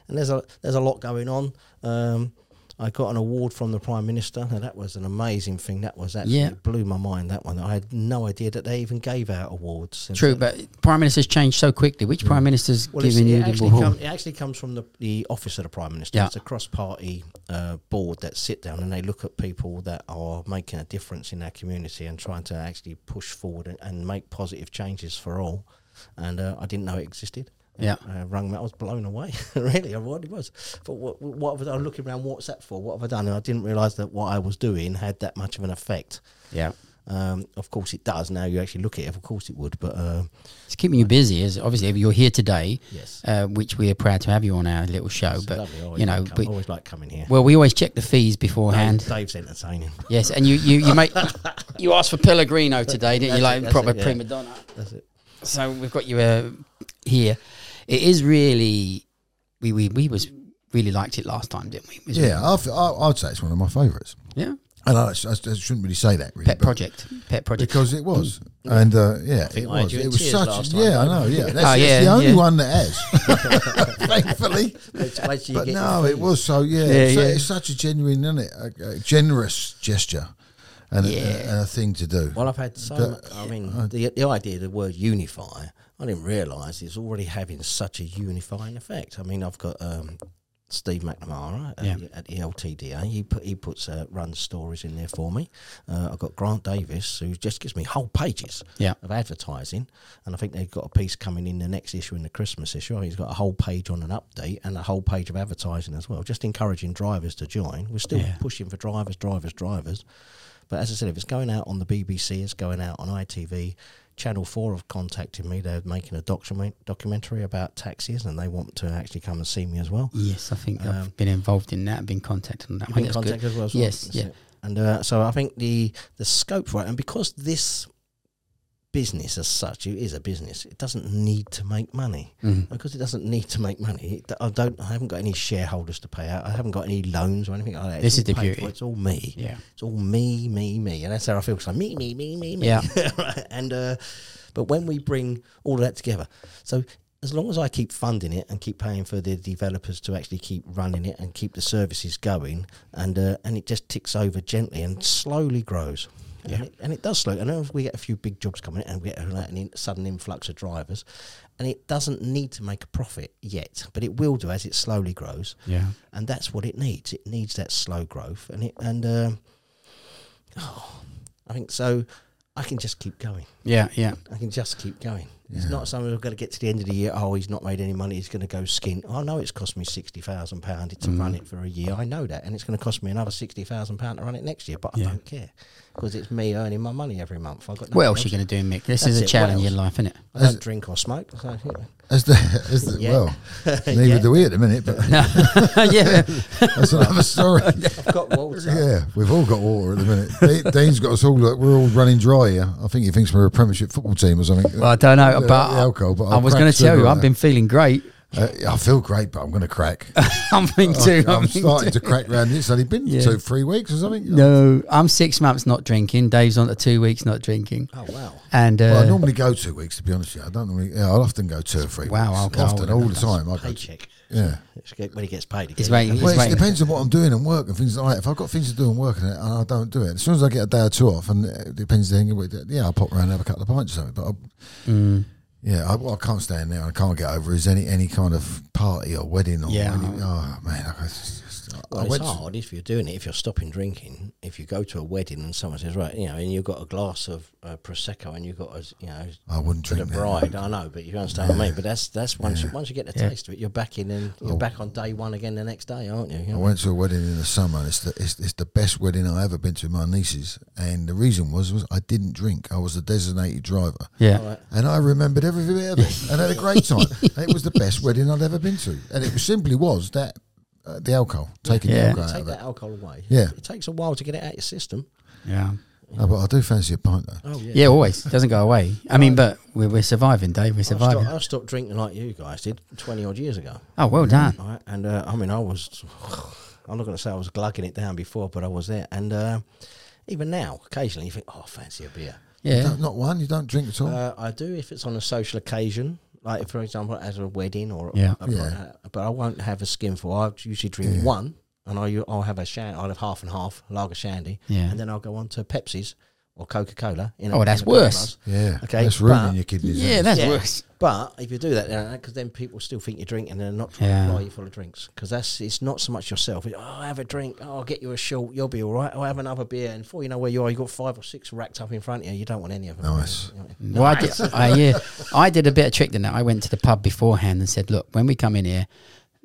and there's a there's a lot going on. Um, I got an award from the Prime Minister, and that was an amazing thing. That was actually Yeah. blew my mind. That one, I had no idea that they even gave out awards. True, but prime ministers change so quickly. Which prime minister's Well, it's- giving you it, the actually award? come, it actually comes from the, the office of the prime minister. Yeah. It's a cross-party uh, board that sit down and they look at people that are making a difference in their community and trying to actually push forward and, and make positive changes for all. And uh, I didn't know it existed. Yeah. uh, rung. I was blown away. really, I really was. But what, what have I done? looking around? What's that for? What have I done? And I didn't realise that what I was doing had that much of an effect. Yeah, Um, of course, it does. Now you actually look at it. Of course, it would. But uh, it's keeping you busy. Is obviously if you're here today, yes, uh, which we are proud to have you on our little show. It's but lovely. I always you like know, come- we, always like coming here. well, we always check the fees beforehand. Dave- Dave's entertaining. Yes, and you you you make you asked for Pellegrino today, didn't you? That's Like it, that's proper it, yeah. prima donna. That's it. So we've got you uh, here. It is really we we we was really liked it last time, didn't we? It was- Yeah, I f- I, I'd say it's one of my favourites. yeah. And I, I shouldn't really say that, really. Pet but- project, pet project. because it was, and uh, yeah, think it Mm. I had was. you in It was tears such. last a time, Yeah, I didn't know. I? Yeah, that's Oh, it's yeah, the only yeah. one that has, thankfully. But no, it was so. Yeah, it's, yeah. it's such a genuine, isn't it? A, a generous gesture, and, a- Yeah. and a thing to do. Well, I've had so. mu- I mean, the the idea of the word unify, I didn't realise it's already having such a unifying effect. I mean, I've got um, Steve McNamara at, Yeah. the- at the LTDA. He put he puts uh, runs stories in there for me. Uh, I've got Grant Davis who just gives me whole pages. Yeah. of advertising, and I think they've got a piece coming in the next issue in the Christmas issue. He's got a whole page on an update and a whole page of advertising as well, just encouraging drivers to join. We're still Yeah. pushing for drivers, drivers, drivers. But as I said, if it's going out on the BBC, it's going out on ITV. Channel Four have contacted me. They're making a document documentary about taxis, and they want to actually come and see me as well. Yes, I think Um, I've been involved in that. Been contacted on that. I Been think that's good. contacted as well. as well. Yes, That's yeah. it. And uh, so I think the the scope for it, and because this business as such, it is a business. It doesn't need to make money Mm. because it doesn't need to make money. it- I don't. I haven't got any shareholders to pay out. I haven't got any loans or anything like that. This It's is the all paid beauty. for, It's all me. Yeah, It's all me, me, me, and that's how I feel. It's like me, me, me, me, me. Yeah. Right? and uh, but when we bring all of that together, so as long as I keep funding it and keep paying for the developers to actually keep running it and keep the services going, and uh, and it just ticks over gently and slowly grows. Yeah. And, it, and it does slow. And if we get a few big jobs coming in and we get like an in, sudden influx of drivers, and it doesn't need to make a profit yet, but it will do as it slowly grows yeah. and that's what it needs. It needs that slow growth, and it and um, oh, I think so. I can just keep going. Yeah, yeah, I can just keep going. It's not something we're going to get to the end of the year. Oh, he's not made any money. He's going to go skint. I know it's cost me sixty thousand pound to Mm-hmm. run it for a year. I know that, and it's going to cost me another sixty thousand pound to run it next year. But I Yeah. don't care because it's me earning my money every month. I got What nothing else you else. going to do, Mick? This That's is a it, what challenge in else? life, isn't it? I don't drink or smoke. So, you know. as the, as the, Yeah. well, neither Yeah. do we at the minute, but yeah, that's another story. I've got water. Yeah, we've all got water at the minute. Da- Dane's got us all. Like, we're all running dry here. I think he thinks we're a Premiership football team or something. Well, I don't know, Yeah, but the alcohol, but I I've was going cracked to tell you, sugar I've on been feeling great Uh, I feel great, but I'm going to crack. I'm being Oh, too. I'm, I'm being starting too- to crack round this. Only been um, Yeah. two, three weeks or something. No, I'm six months not drinking. Dave's on to two weeks not drinking. Oh wow. And uh, Well, I normally go two weeks, to be honest with you. I don't normally, yeah, I'll often go two or three Wow, weeks. alcohol often, and all the that's time. I go, Paycheck. yeah. It's get- When he gets paid, he He's gets waiting- it. he's Well, it waiting. depends on what I'm doing and work and things like that. If I've got things to do and work and that, and I don't do it, as soon as I get a day or two off, and it depends then, yeah, I'll pop around and have a couple of pints or something. But I, mm, yeah, I, what I can't stand now. I can't get over is any any kind of party or wedding or Yeah. any- oh man, I, it's just, I Well, it's went- hard if you're doing it. If you're stopping drinking, if you go to a wedding and someone says, "Right, you know," and you've got a glass of uh, prosecco and you've got a, you know I wouldn't to the drink that. bride. I know, but you understand what I mean. But that's that's once you, once you get the taste of it, you're back in and you're back on day one again the next day, aren't you? You Oh. I know? went to a wedding in the summer. And it's the it's, it's the best wedding I ever been to. My nieces, and the reason was was I didn't drink. I was a designated driver. yeah. All right. And I remembered everything of it and had a great time. it was the best wedding I'd ever been to. And it simply was that uh, the alcohol, taking Yeah. the alcohol out Take of it. that alcohol away. Yeah. it takes a while to get it out your system. Yeah. No, but I do fancy a pint though. Oh yeah, Yeah, always. Doesn't go away. I mean, but we're, we're surviving, Dave. We're I stopped, surviving. I stopped drinking like you guys did twenty odd years ago. Oh, well done. All right, and uh, I mean, I was, I'm not going to say I was glugging it down before, but I was there. And uh, even now, occasionally you think, oh, I fancy a beer. Yeah. Don't- not one, you don't drink at all. Uh, I do if it's on a social occasion, like for example, as a wedding or Yeah. a- Yeah. but I won't have a skinful. I usually drink Yeah. one, and I, I'll have a shan. I'll have half and half lager shandy, Yeah. and then I'll go on to Pepsi's or Coca Cola. Oh, that's worse. yeah. okay, That's ruining but- your kidneys. Yeah, isn't it? that's Yeah. worse. But if you do that, because then people still think you're drinking and they're not trying Yeah. to buy you full of drinks. Because that's it's not so much yourself. It's, oh, have a drink. Oh, I'll get you a short. You'll be all right. I'll have another beer. And before you know where you are, you've got five or six racked up in front of you. You don't want any of them. Nice. Well, I did, I, yeah, I did a bit of trick than that. I went to the pub beforehand and said, look, when we come in here,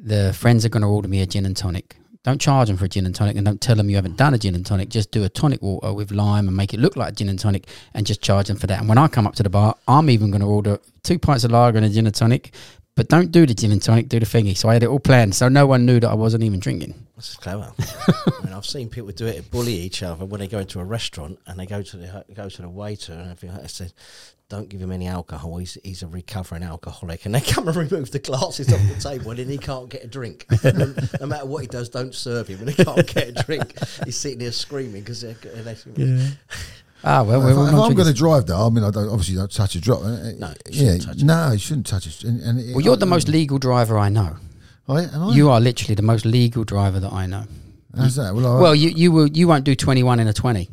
the friends are going to order me a gin and tonic. Don't charge them for a gin and tonic and don't tell them you haven't done a gin and tonic. Just do a tonic water with lime and make it look like a gin and tonic and just charge them for that. And when I come up to the bar, I'm even going to order two pints of lager and a gin and tonic. But don't do the gin and tonic, do the thingy. So I had it all planned. So no one knew that I wasn't even drinking. That's clever. I mean, I've seen people do it and bully each other when they go into a restaurant and they go to the go to the waiter and everything. They said, "Don't give him any alcohol. He's he's a recovering alcoholic." And they come and remove the glasses off the table and then he can't get a drink. And no matter what he does, don't serve him and he can't get a drink. He's sitting there screaming because they're. and they- Ah, well, If, we're all I, am going non-drinkers. to drive though, I mean, I don't obviously don't touch a drop. No, you yeah, shouldn't touch it. no, you shouldn't touch it. And, and it- Well, you're the most legal driver I know. I, and I, You are literally the most legal driver that I know. how's that? Well, I, Well, you you will you won't do twenty one in a twenty.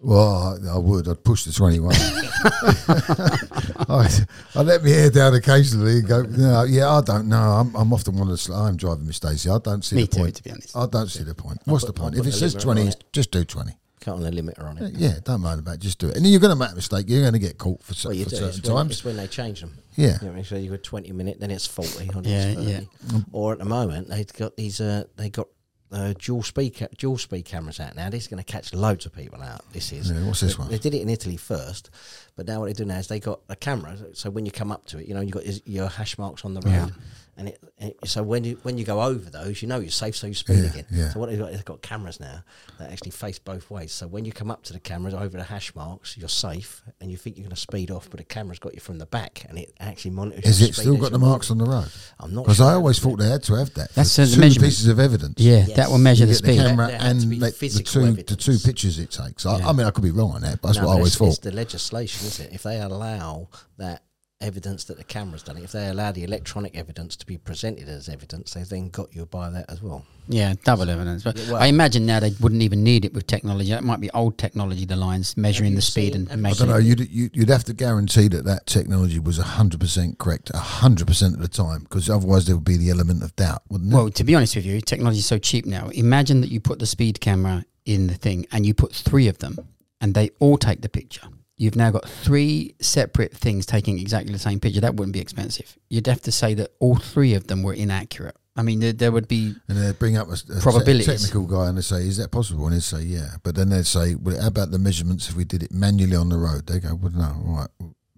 Well, I, I would. I'd push the 21. I, I let me hair down occasionally and go, no, yeah, I don't know. I'm, I'm often one of the, sl- I'm driving Miss Daisy. I don't see Me the too, point. to be honest. I don't see the point. What's the point? I'll If put it the says limit 20, on it. just do 20. Cut on the limiter on it. Yeah, don't mind about it. Just do it. And then you're going to make a mistake. You're going to get caught for, cer- Well, you for do. certain It's when, times. it's when they change them. Yeah. You know, what I mean? so you got 20 minute, then it's 40. then Yeah, Mm. it's 30. Or at the moment, they've got these, uh, they got uh, dual speed ca- dual speed cameras out now. This is going to catch loads of people out. This is. Yeah, what's this They- one? They did it in Italy first, but now what they do now is they got a camera. So when you come up to it, you know you got is- your hash marks on the road, and, it, and so when you when you go over those, you know you're safe, so you speed Yeah, again. yeah. So what they've got, they've got cameras now that actually face both ways. So when you come up to the cameras over the hash marks, you're safe, and you think you're going to speed off, but the camera's got you from the back, and it actually monitors. Has your it speed still as got the you're- marks on the road? I'm not Because sure. I always thought they had to have that. That's for the two measurement. pieces of evidence. Yeah, Yes. that will measure the You get speed. the camera There had and to be the, the physical two the evidence. two pictures it takes. I, I Yeah. mean, I could be wrong on that, but that's No, what I but always it's, it's thought. the legislation, is it? If they allow that evidence that the camera's done it, if they allow the electronic evidence to be presented as evidence, they've then got you by that as well. Yeah, double evidence. But Yeah, well- I imagine now they wouldn't even need it with technology. That might be old technology. The lines measuring you the speed seen- and have you I making. don't know. it- You'd, you- you'd have to guarantee that that technology was 100% correct 100% of the time because otherwise there would be the element of doubt, wouldn't it? Well, to be honest with you, technology is so cheap now. Imagine that you put the speed camera in the thing and you put three of them and they all take the picture. You've now got three separate things taking exactly the same picture. That wouldn't be expensive. You'd have to say that all three of them were inaccurate. I mean, there, there would be and they'd bring up a, s- a te- Probabilities. technical guy and they'd say, Is that possible? And he'd say, Yeah. But then they'd say, Well, how about the measurements if we did it manually on the road? They go, Well, no, all right.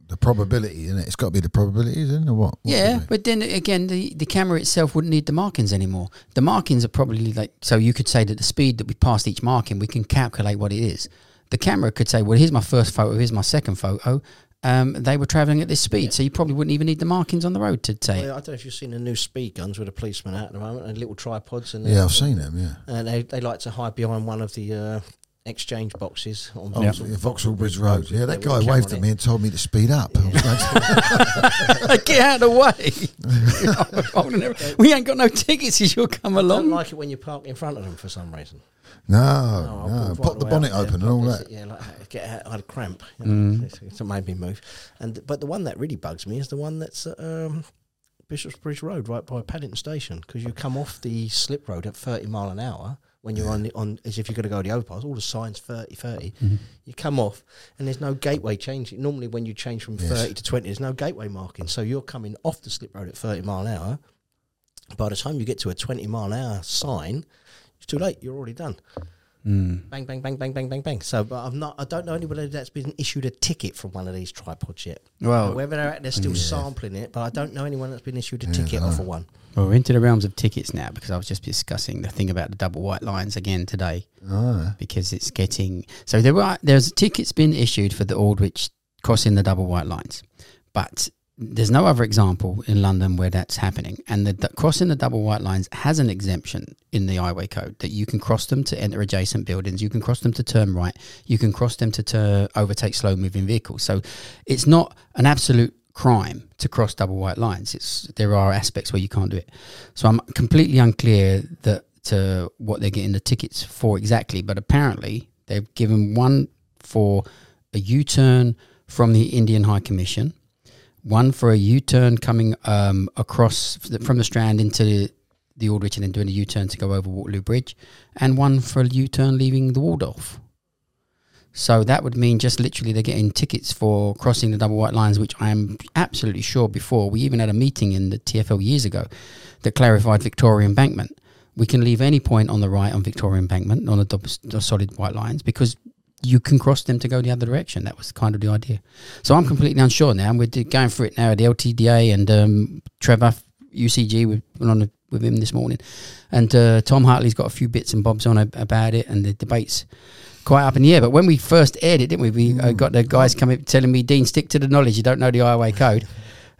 The probability, is it? It's got to be the probability, isn't it? Or what? What Yeah, would it be? but then again, the, the camera itself wouldn't need the markings anymore. The markings are probably like, so you could say that the speed that we passed each marking, we can calculate what it is. The camera could say, well, here's my first photo, here's my second photo, um, they were travelling at this speed, so you probably wouldn't even need the markings on the road to say. Well, I don't know if you've seen the new speed guns with a policeman out at the moment and little tripods and Yeah, I've seen them. Yeah. And they, they like to hide behind one of the uh, exchange boxes on Oh, Vauxhall. yeah, Vauxhall Bridge Road. Yeah, that There was guy a camera waved at on me and told me to speed up. I was like, Get out of the way! Holding it- we ain't got no tickets. as You'll come I don't along. like it when you park in front of them for some reason. no, I Oh, no, pulled pop right the way bonnet up there, open and all popped that. Mm. it, Yeah, like uh, get out, I had a cramp. you know, It made me move. And but the one that really bugs me is the one that's at um, Bishopsbridge Road, right by Paddington Station, because you come off the slip road at thirty mile an hour when you're on the, on as if you're going to go the overpass. All the signs 30, 30. Mm-hmm. You come off and there's no gateway change. Normally, when you change from Yes. thirty to twenty, there's no gateway marking. So you're coming off the slip road at thirty mile an hour. By the time you get to a twenty mile an hour sign, it's too late. You're already done Mm. bang, bang, bang, bang, bang, bang, bang. So, but I'm not. I don't know anybody that's been issued a ticket from one of these tripods yet. Oh. Well, Whether they're, they're still sampling it, but I don't know anyone that's been issued a Yeah, ticket no. off of one. we're into the realms of tickets now because I was just discussing the thing about the double white lines again today. Oh, because it's getting so there were there's tickets been issued for the Aldwych crossing the double white lines, but there's no other example in London where that's happening. And the, the crossing the double white lines has an exemption in the highway code that you can cross them to enter adjacent buildings, you can cross them to turn right, you can cross them to, to overtake slow moving vehicles. So it's not an absolute crime to cross double white lines. It's there are aspects where you can't do it. So I'm completely unclear that to what they're getting the tickets for exactly, but apparently they've given one for a U-turn from the Indian High Commission, one for a U-turn coming um, across f- from the Strand into the Aldwych and then doing a U-turn to go over Waterloo Bridge, and one for a U-turn leaving the Waldorf. So that would mean just literally they're getting tickets for crossing the double white lines, which I am absolutely sure before we even had a meeting in the TFL years ago that clarified Victoria embankment. We can leave any point on the right on Victoria embankment on the, double, the solid white lines because you can cross them to go the other direction. That was kind of the idea. So I'm completely unsure now. and We're d- going through it now at the LTDA and um, Trevor UCG. We've been on a, with him this morning, and uh, Tom Hartley's got a few bits and bobs on a, about it, and the debates quite up in the air. But when we first aired it, didn't we? We uh, got the guys coming telling me, Dean, stick to the knowledge. You don't know the highway code.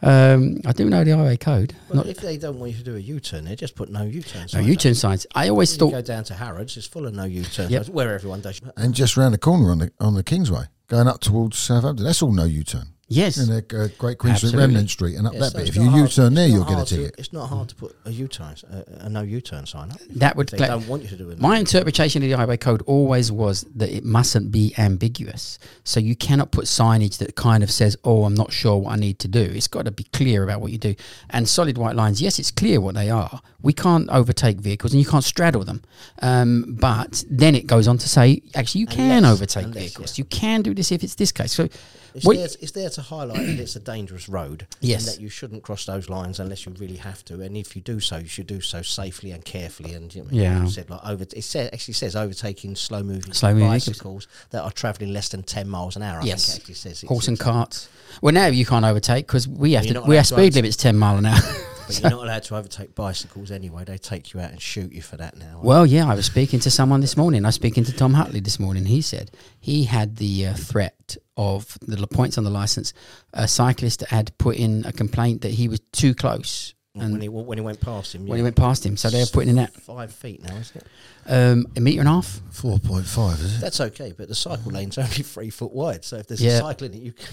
Um, I do know the highway code. Well, not if they don't want you to do a U-turn, they just put no U-turn. no signs up. U-turn signs. I always You thought go down to Harrods, it's full of no U-turn. Yep. signs, Where everyone does. And just round the corner on the on the Kingsway, going up towards Southampton. That's all no U-turn. yes. And the uh, Great Queen Street, Absolutely. Remnant Street, and up Yeah, that so bit. it's If not you hard- U-turn there, it's you'll not get a hard to- ticket. It's not hard to put a U-turn, s- a, a no U-turn sign up. That would If they cla- don't want you to do it. My interpretation of the highway code always was that it mustn't be ambiguous. So you cannot put signage that kind of says, "Oh, I'm not sure what I need to do." It's got to be clear about what you do. And solid white lines, yes, it's clear what they are. We can't overtake vehicles, and you can't straddle them. Um, but then it goes on to say, actually, you can Unless- overtake unless, vehicles. You can do this if it's this case. So It's, what- there, it's there to highlight that it's a dangerous road. Yes. And that you shouldn't cross those lines unless you really have to. And if you do so, you should do so safely and carefully. And you know, Yeah. you said like over. It says, actually says overtaking slow moving Slow-moving vehicles. bicycles that are travelling less than ten miles an hour. I Yes. think it actually says it- horse it's- and carts. Well, now you can't overtake because we have you're to. not We allowed have to speed overtake. limits ten mile an hour. But you're not allowed to overtake bicycles anyway. They take you out and shoot you for that now. Well, yeah, I was speaking to someone this morning. I was speaking to Tom Hartley this morning. He said he had the uh, threat of the l- points on the license. A cyclist had put in a complaint that he was too close when, he, when he went past him, when yeah. he went past him. So they're putting in that five feet now, isn't it? um, a metre and a half. 4.5, is it? That's okay, but the cycle lane's only three foot wide. So if there's Yeah. a cycle in it, you can,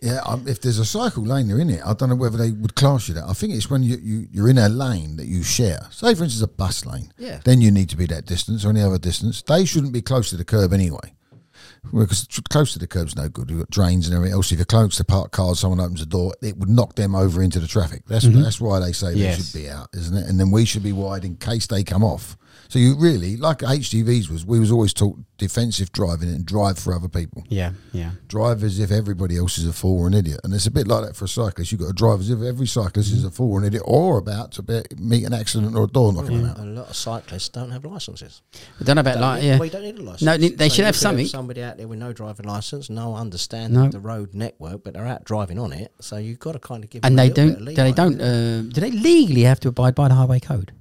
Yeah, um, if there's a cycle lane you're in it, I don't know whether they would class you that. I think it's when you, you, you're in a lane that you share. Say, for instance, a bus lane. Yeah. Then you need to be that distance or any other distance. They shouldn't be close to the curb anyway. Because tr- close to the curb's no good. You've got drains and everything else. If you're close to parked cars, someone opens the door, it would knock them over into the traffic. That's that's why they say Yes. they should be out, isn't it? And then we should be wide in case they come off. So you really, like HGVs was, we was always taught defensive driving and drive for other people Yeah, yeah. drive as if everybody else is a fool or an idiot. And it's a bit like that for a cyclist. You've got to drive as if every cyclist is a fool or an idiot or about to be, meet an accident or a door knocking Mm. them out. a lot of cyclists don't have licenses. I don't know about Don't like need- yeah. Well, you don't need a license. No, they should you have could something. Somebody out there with no driving license, no understanding No. of the road network, but they're out driving on it. So you've got to kind of give. And them a they little don't. bit of They leeway. don't. Uh, do they legally have to abide by the highway code?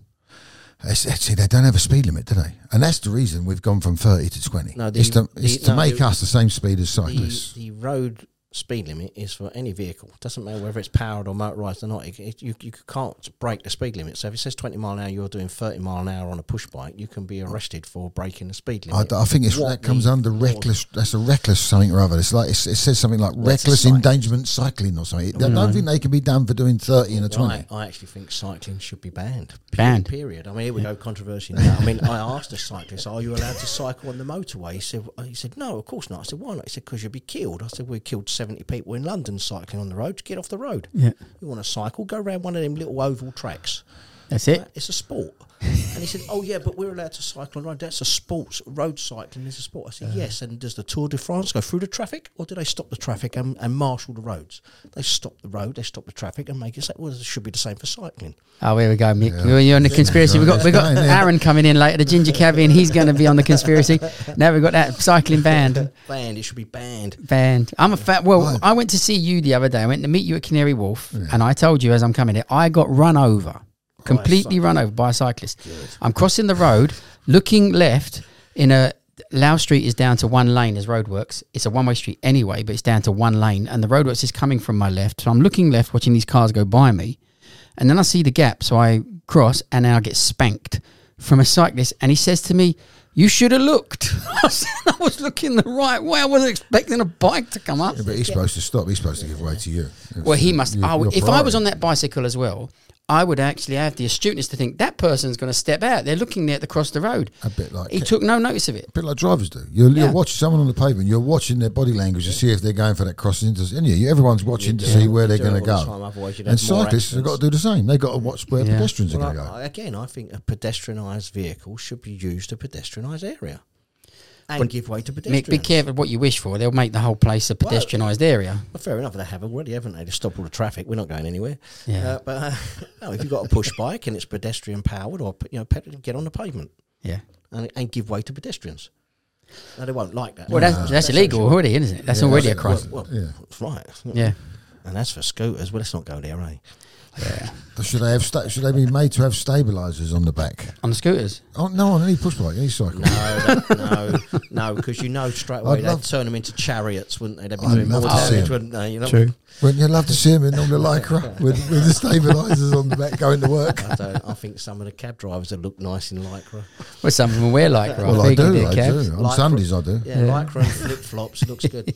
It's- See, they don't have a speed limit, do they? And that's the reason we've gone from 30 to 20. No, the- it's to, it's the- to no, make the- us the same speed as The, cyclists. the road speed limit is for any vehicle. Doesn't matter whether it's powered or motorised or not. It, it- you, you can't break the speed limit. So if it says 20 mile an hour, you're doing 30 mile an hour on a push bike, you can be arrested for breaking the speed Oh. I, limit. I think it's, What that comes the- under reckless. That's a reckless something or other. It's like it's, it says something like That's a reckless cycle. endangerment cycling or something. I don't think they can be done for doing thirty and a Well, twenty. I, I actually think cycling should be banned. Pe- Banned. Period. I mean, here we go, controversy now. I mean, I asked a cyclist, "Are you allowed to cycle on the motorway?" He said, uh, "He said no, of course not." I said, "Why not?" He said, "Because you'll be killed." I said, "We killed seventy people in London cycling on the road. Get off the road. Yeah. You want to cycle? Go round one of them little oval tracks. That's it. Right? It's a sport." and he said, "Oh yeah, but we're allowed to cycle on the road. That's a sport. Road cycling is a sport." I said, "Yes." And does the Tour de France go through the traffic, or do they stop the traffic and, and marshal the roads? They stop the road, they stop the traffic, and make it. Say, well, it should be the same for cycling. Oh, here we go, Mick. You're- You're on the conspiracy. We've got, we got Yeah. Aaron coming in later, the ginger cabby, and he's going to be on the conspiracy. now we've got that cycling band. banned. It should be banned. Band. I'm a fan. Well, I went to see you the other day. I went to meet you at Canary Wharf, and I told you as I'm coming here, I got run over, completely run over by a cyclist. I'm crossing the road, looking left in a. Low Street is down to one lane as roadworks. It's a one way street anyway, but it's down to one lane. And the roadworks is coming from my left. So I'm looking left, watching these cars go by me. And then I see the gap. So I cross and then I get spanked from a cyclist. And he says to me, You should have looked. I said, I was looking the right way. I wasn't expecting a bike to come up. Yeah, but he's supposed to stop. He's supposed to give way to you. Well, he must. Your- I would, your if I was priority. on that bicycle as well, I would actually have the astuteness to think that person's going to step out. They're looking there at the cross the road. A bit like He Ke- took no notice of it. a bit like drivers do. You're, Yeah. you're watching someone on the pavement. You're watching their body language to see if they're going for that crossing. into- And you, everyone's watching to do. see You where they're do it going to all the go. time, otherwise you'd and have more cyclists have got to accidents. do the same. They've got to watch where Yeah. pedestrians are Well, going to go. I, I- again, I think a pedestrianised vehicle should be used to pedestrianised area and give way to pedestrians. Mick, be careful what you wish for. They'll make the whole place a pedestrianised area. Well, fair enough, they have already, haven't they? To stop all the traffic, we're not going anywhere. Yeah. Uh, but uh, no, if you've got a push bike and it's pedestrian powered, or you know, ped- get on the pavement Yeah. and, and give way to pedestrians. No, they won't like that. Well, that's, that's, illegal already, isn't it? That's already a crime. Well, well, Yeah. that's right. Yeah. And that's for scooters. Well, let's not go there, eh? Should they have? Sta- should they be made to have stabilizers on the back? On the scooters. Oh no, on any push bike, any cycle. No, that, no, no, because you know straight away I'd they'd love- turn them into chariots, wouldn't they? They'd be I'd doing more love to see damage, 'em. wouldn't they? You know? Wouldn't you love to see him in on the lycra with, with the stabilizers on the back going to work? I, don't, I think some of the cab drivers that look nice in lycra. Well, some of them wear like right. Well, I Big do, dick I cabs. do. On Sundays, I do. Yeah, lycra and flip flops looks good.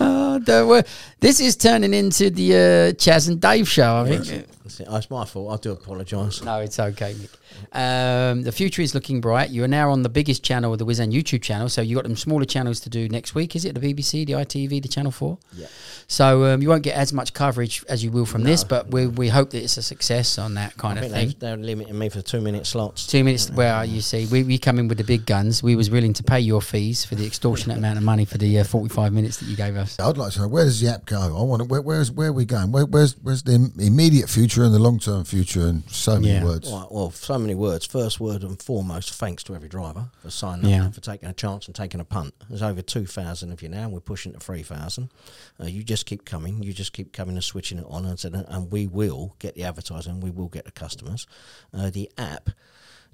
Oh, don't worry. This is turning into the uh, Chaz and Dave show, I think. That's it. Oh, it's my fault. I do apologise. No, it's okay, Mick. Um, the future is looking bright. You are now on the biggest channel, the Wizan YouTube channel. So you got them smaller channels to do next week. Is it the BBC, the ITV, the Channel Four? Yeah. So um, you won't get as much coverage as you will from this, but we, we hope that it's a success on that kind I of think thing. they, they're limiting me for two minute slots. Two minutes. Well, you see, we, we come in with the big guns. We was willing to pay your fees for the extortionate amount of money for the uh, forty-five minutes that you gave us. I'd like to know where does the app go? I want to, where, where's where are we going? Where, where's where's the im- immediate future and the long term future and so many Yeah. words. Right, well, so many words. First word and foremost, thanks to every driver for signing Yeah. up and for taking a chance and taking a punt. There's over 2,000 of you now, and we're pushing to 3,000. Uh, you just keep coming, you just keep coming and switching it on, and, so- and we will get the advertising, we will get the customers. Uh, the app,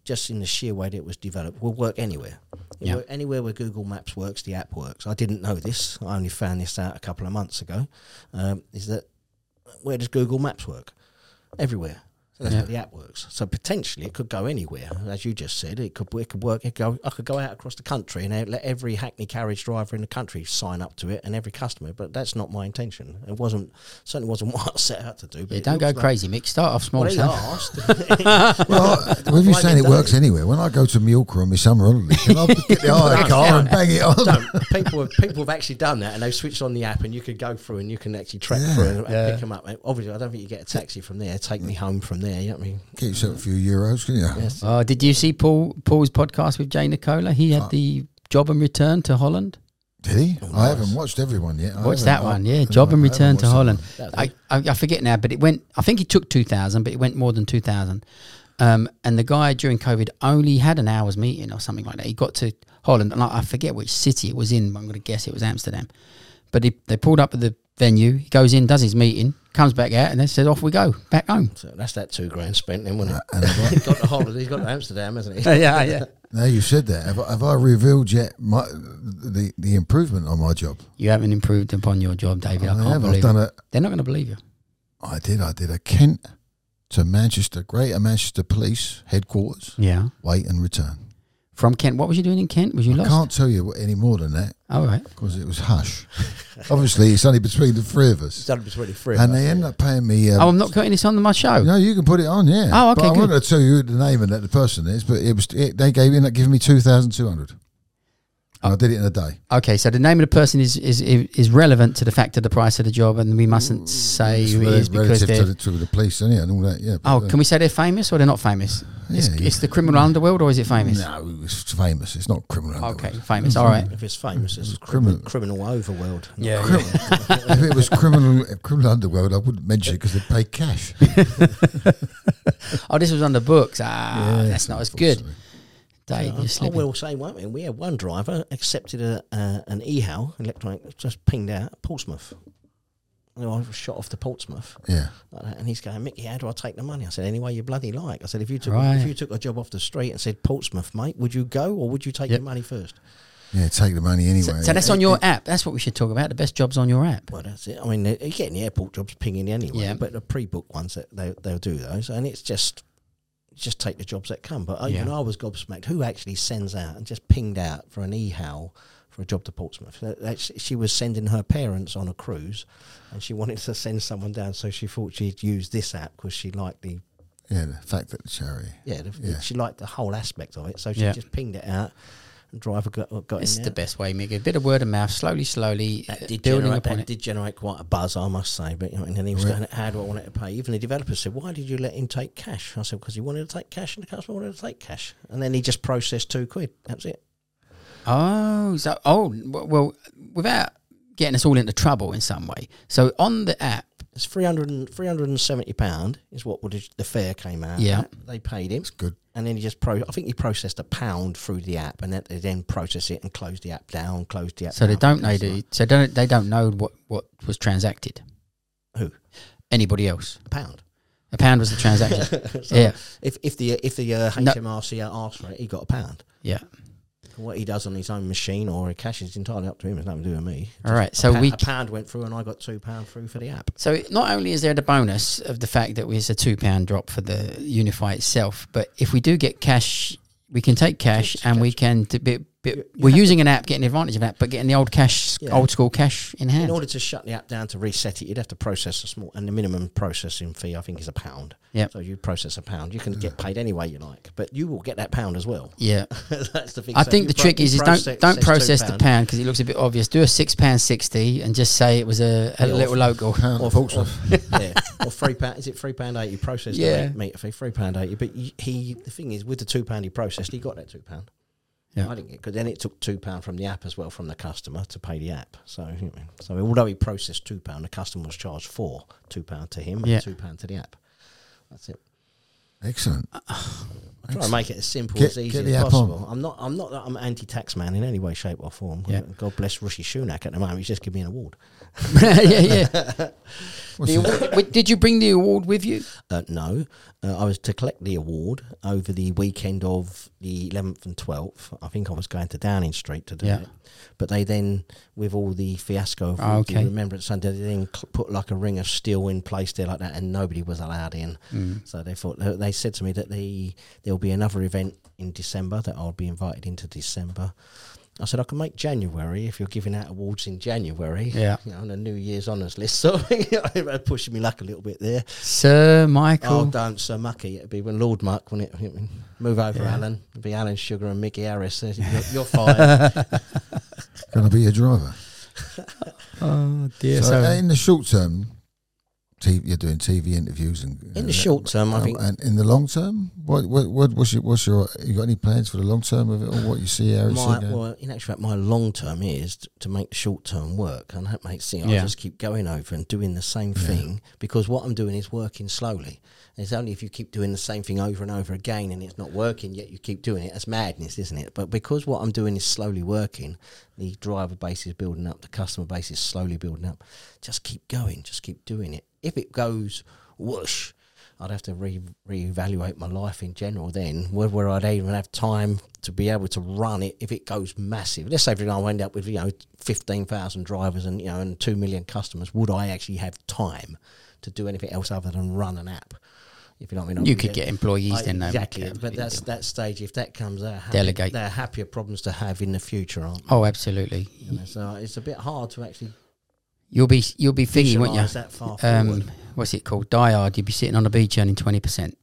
just in the sheer way that it was developed, will work anywhere. It Yeah. will- Anywhere where Google Maps works, the app works. I didn't know this, I only found this out a couple of months ago. Um, is that where does Google Maps work? Everywhere. So that's Yeah. where the app works. So potentially it could go anywhere, as you just said. It could it could work. It go. I could go out across the country and out- let every Hackney carriage driver in the country sign up to it and every customer. But that's not my intention. It wasn't certainly wasn't what I set out to do. But Yeah, it don't go looks like- crazy, Mick. Start off small. Well, he son. asked. Well, with you Why saying they it works don't? anywhere, when I go to Mallorca on my summer holiday, can I get the hire car and bang it on? Don't. People have, people have actually done that, and they've switched on the app, and you can go through and you can actually track through and, and pick them up. Obviously, I don't think you get a taxi from there. Take me home from there. You know what I mean? Get yourself a few euros, can you? Oh, did you see Paul Paul's podcast with Jay Nicola? He had the job and return to Holland. Did he? I haven't watched everyone yet. I What's Oh, that haven't- one? I- Yeah, job and I haven't return to watched that Holland. one. That I, I I forget now, but it went. I think it took two thousand, but it went more than two thousand. Um, and the guy during COVID only had an hour's meeting or something like that. He got to Holland, and I, I forget which city it was in. But I'm going to guess it was Amsterdam. But he, they pulled up at the venue. He goes in, does his meeting, comes back out, and then says, "Off we go, back home." So that's that two grand spent then, wasn't it? Uh, And I'd like- he's got the holiday, he's got to Amsterdam, hasn't he? yeah, yeah. Now you said that. Have, I- have I revealed yet my, the the improvement on my job? You haven't improved upon your job, David. I, I can't have. I've believe done it. a. They're not going to believe you. I did. I did a Kent to Manchester, Greater Manchester Police headquarters. Yeah. Wait and return. From Kent. What was you doing in Kent? Was you I lost? can't tell you any more than that All right. because it was hush. Obviously, it's only between the three of us, done between three. and they end up paying me. Um, oh, I'm not putting this on my show. No, you can put it on, yeah. Oh, okay, But I good. wanted to tell you the name and that the person is, but it was it, they gave ended up giving me two thousand two hundred. And I did it in a day. Okay, so the name of the person is, is is relevant to the fact of the price of the job, and we mustn't say It's who it rela- is because relative to they're. the, to the police, and yeah, and all that. Yeah. Oh, can we say they're famous or they're not famous? it's, Yeah, it's the criminal underworld, or is it famous? uh, No, it's famous. It's not criminal. Okay, underworld. famous. All right. If it's famous, it's Criminal. criminal, criminal overworld. Yeah, Not if it was criminal, if criminal underworld, I wouldn't mention it because they pay cash. Oh, this was on the books. Ah, Yeah, that's not as good. unfortunately. Dave, I- you're I slipping. will say one thing. We had one driver accepted a, uh, an e-hal electronic just pinged out at Portsmouth. You know, I was shot off to Portsmouth, Yeah. like that, and he's going, Mickey, how do I take the money? I said, any way you bloody like. I said, if you took Right. if you took a job off the street and said Portsmouth, mate, would you go or would you take Yep. your money first? Yeah. Take the money anyway. So, so that's on your app. That's what we should talk about. The best jobs on your app. Well, that's it. I mean, they're getting the airport jobs pinging anyway, Yeah. but the pre-booked ones that they, they'll do those, and it's just just take the jobs that come. But even Yeah. I was gobsmacked. Who actually sends out and just pinged out for an e-howl for a job to Portsmouth? That, that sh- she was sending her parents on a cruise, and she wanted to send someone down, so she thought she'd use this app because she liked the yeah. The fact that the charity. yeah, the, Yeah. she liked the whole aspect of it. So she Yeah. just pinged it out, and driver uh, got got It's in the there. best way, Mick. A bit of word of mouth, slowly, slowly, uh, that did building generate, upon that it. did generate quite a buzz, I must say. But you know, and then he was Right. going, "How do I want it to pay?" Even the developer said, "Why did you let him take cash?" I said, "Because he wanted to take cash, and the customer wanted to take cash." And then he just processed two quid. That's it. Oh, so oh w- well, without getting us all into trouble in some way. So on the app, It's 300 and, 370 pound is what would the fare came out. Yeah. at. they paid him, Good. and then he just pro. I think he processed a pound through the app, and then they then process it and close the app down, close the app. so they down, don't know. close the The, so don't they don't know what what was transacted? Who? Anybody else? the pound. A pound was the transaction. So yeah, If if the if the uh, No. HMRC asked for it, he got a pound. yeah. What he does on his own machine or he cashes is entirely up to him. It's nothing to do with me. All right. a, So pa- we. a pound went through and I got two pound through for the app. So it- not only is there the bonus of the fact that it's a two pound drop for the Unify itself, but if we do get cash, we can take cash and we can. T- bit, bit, You- you we're have using an app, getting advantage of that, but getting the old cash, Yeah. old school cash in hand. In order to shut the app down to reset it, you'd have to process a small and the minimum processing fee I think is a pound. Yep. So you process a pound, you can get paid any way you like, but you will get that pound as well. yeah. That's the thing. I So think you the pro- trick you is, is don't don't two process the pound, pound because it looks a bit obvious. Do a six pound sixty and just say it was a, a Yeah, or- little local. Pound Or- of Portsmouth. yeah, or three pound. Is it three pound eighty? Processed Yeah. yeah, meter fee three pound eighty. But y- he, the thing is, with the two pound he processed, he got that two pound. Yeah. I didn't get because then it took two pound from the app as well from the customer to pay the app. So, you know, so although he processed two pound, the customer was charged four two pound to him Yeah. and two pound to the app. That's it. Excellent. I try to make it as simple Get- as get easy the as app on. possible. I'm not. I'm not. that I'm anti-tax man in any way, shape, or form. Yeah. God bless Rishi Sunak at the moment. He's just giving me an award. yeah, yeah. What's The award- wait, did you bring the award with you? Uh, no, uh, I was to collect the award over the weekend of the 11th and 12th. I think I was going to Downing Street to do Yeah. Ah, it. But they then, with all the fiasco of all Okay. the Remembrance Sunday, they then cl- put like a ring of steel in place there like that and nobody was allowed in. So they thought, uh, they- they said to me that they, there'll be another event in December that I'll be invited into December. I said, I can make January if you're giving out awards in January. Yeah. You know, on a New Year's honours list. So they're pushing me luck a little bit there. Sir Oh, Michael. don't, Sir Mucky. It'd be when Lord Muck, wouldn't it? It'd be- Move over, Yeah. Alan. It'd be Alan Sugar and Mickey Harris. You're, you're fine. Can I be your driver? Oh, dear. so, uh, So, in the short term, t- you're doing TV interviews and In the short term, I Um, think and in the long term, what what what what's your what's your you got any plans for the long term of it or what you see how it's my, going? well, in actual fact, my long term is t- to make the short term work. And that makes sense. Yeah. I just keep going over and doing the same Yeah. thing because what I'm doing is working slowly. And it's only if you keep doing the same thing over and over again and it's not working, yet you keep doing it. That's madness, isn't it? But because what I'm doing is slowly working, the driver base is building up, the customer base is slowly building up. Just keep going, just keep doing it. If it goes whoosh, I'd have to re reevaluate my life in general. Then whether I'd even have time to be able to run it if it goes massive. Let's say for example, I end up with you know fifteen thousand drivers and you know and two million customers. Would I actually have time to do anything else other than run an app? If you know what I mean, I You would could get employees I- then, though. Exactly, Yeah, but yeah, that's yeah. that stage. If that comes, they're happy, Delegate. They're happier problems to have in the future, aren't Oh, absolutely. they? You know, so it's a bit hard to actually You'll be you'll be thinking, won't you? visualise that far Um, forward. what's it called? Diard. You'll be sitting on a beach earning twenty percent.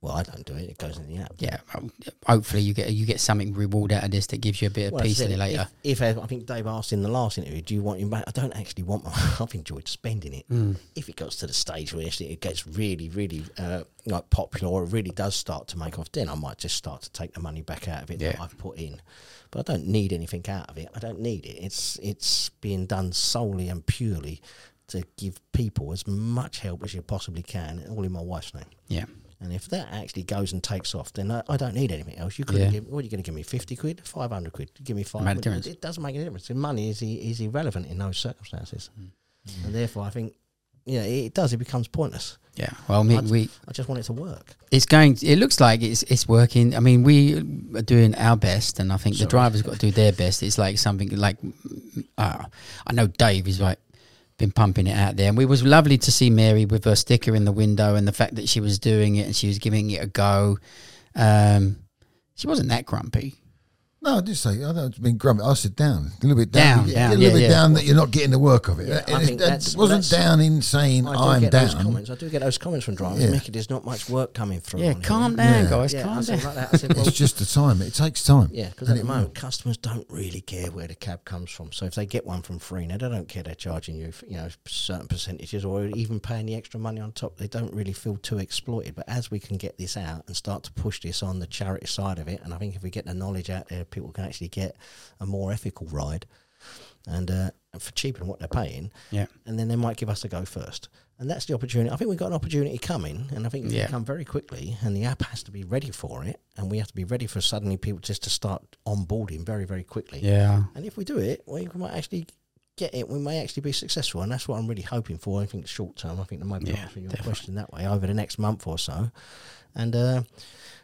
Well, I don't do it. It goes in the app. Yeah. well, Hopefully, you get you get something reward out of this that gives you a bit of Well, peace that's in it. it later. If, if I think Dave asked in the last interview, do you want him back? I don't actually want my. I've enjoyed spending it. Mm. If it gets to the stage where actually it gets really, really uh, like popular, or it really does start to make off, then I might just start to take the money back out of it that Yeah. I've put in. But I don't need anything out of it. I don't need it. It's it's being done solely and purely to give people as much help as you possibly can, all in my wife's name. Yeah. And if that actually goes and takes off, then I, I don't need anything else. You could Yeah. give, what are you going to give me? Fifty quid, five hundred quid? You Give me five. Made a quid. difference. It doesn't make a difference. The money is i- is irrelevant in those circumstances, Mm. and therefore I think, yeah, it it does. It becomes pointless. Yeah. Well, me, I'd- we I just want it to work. it's going. It looks like it's it's working. I mean, we are doing our best, and I think Sorry. the drivers got to do their best. It's like something like uh, I know Dave is like been pumping it out there, and we was lovely to see Mary with her sticker in the window, and the fact that she was doing it and she was giving it a go. Um, she wasn't that grumpy. No, I did say I don't it's been grumpy. I said down a little bit down, Down, Get- down, get a little yeah, bit yeah. down that you're not getting the work of it. Yeah, I And it's- think that that's- wasn't that's- down in saying I do I'm get those down. comments. I do get those comments from drivers. Yeah. Mickey, there's not much work coming through. Yeah, on here." calm down, Yeah. guys. Yeah, I calm said down. like that. I said, well, It's just the time. It takes time. Yeah, because And at the it moment, customers don't really care where the cab comes from. So if they get one from free, now they don't care they're charging you, you know, certain percentages or even paying the extra money on top. They don't really feel too exploited. But as we can get this out and start to push this on the charity side of it, and I think if we get the knowledge out there, people can actually get a more ethical ride and uh, and for cheaper than what they're paying. Yeah. And then they might give us a go first. And that's the opportunity. I think we've got an opportunity coming, and I think it's Yeah. going to come very quickly. And the app has to be ready for it, and we have to be ready for suddenly people just to start onboarding very, very quickly. Yeah. And if we do it, we might actually get it. We may actually be successful, and that's what I'm really hoping for. I think short term, I think there might be Yeah, answering your definitely. question that way over the next month or so, and uh,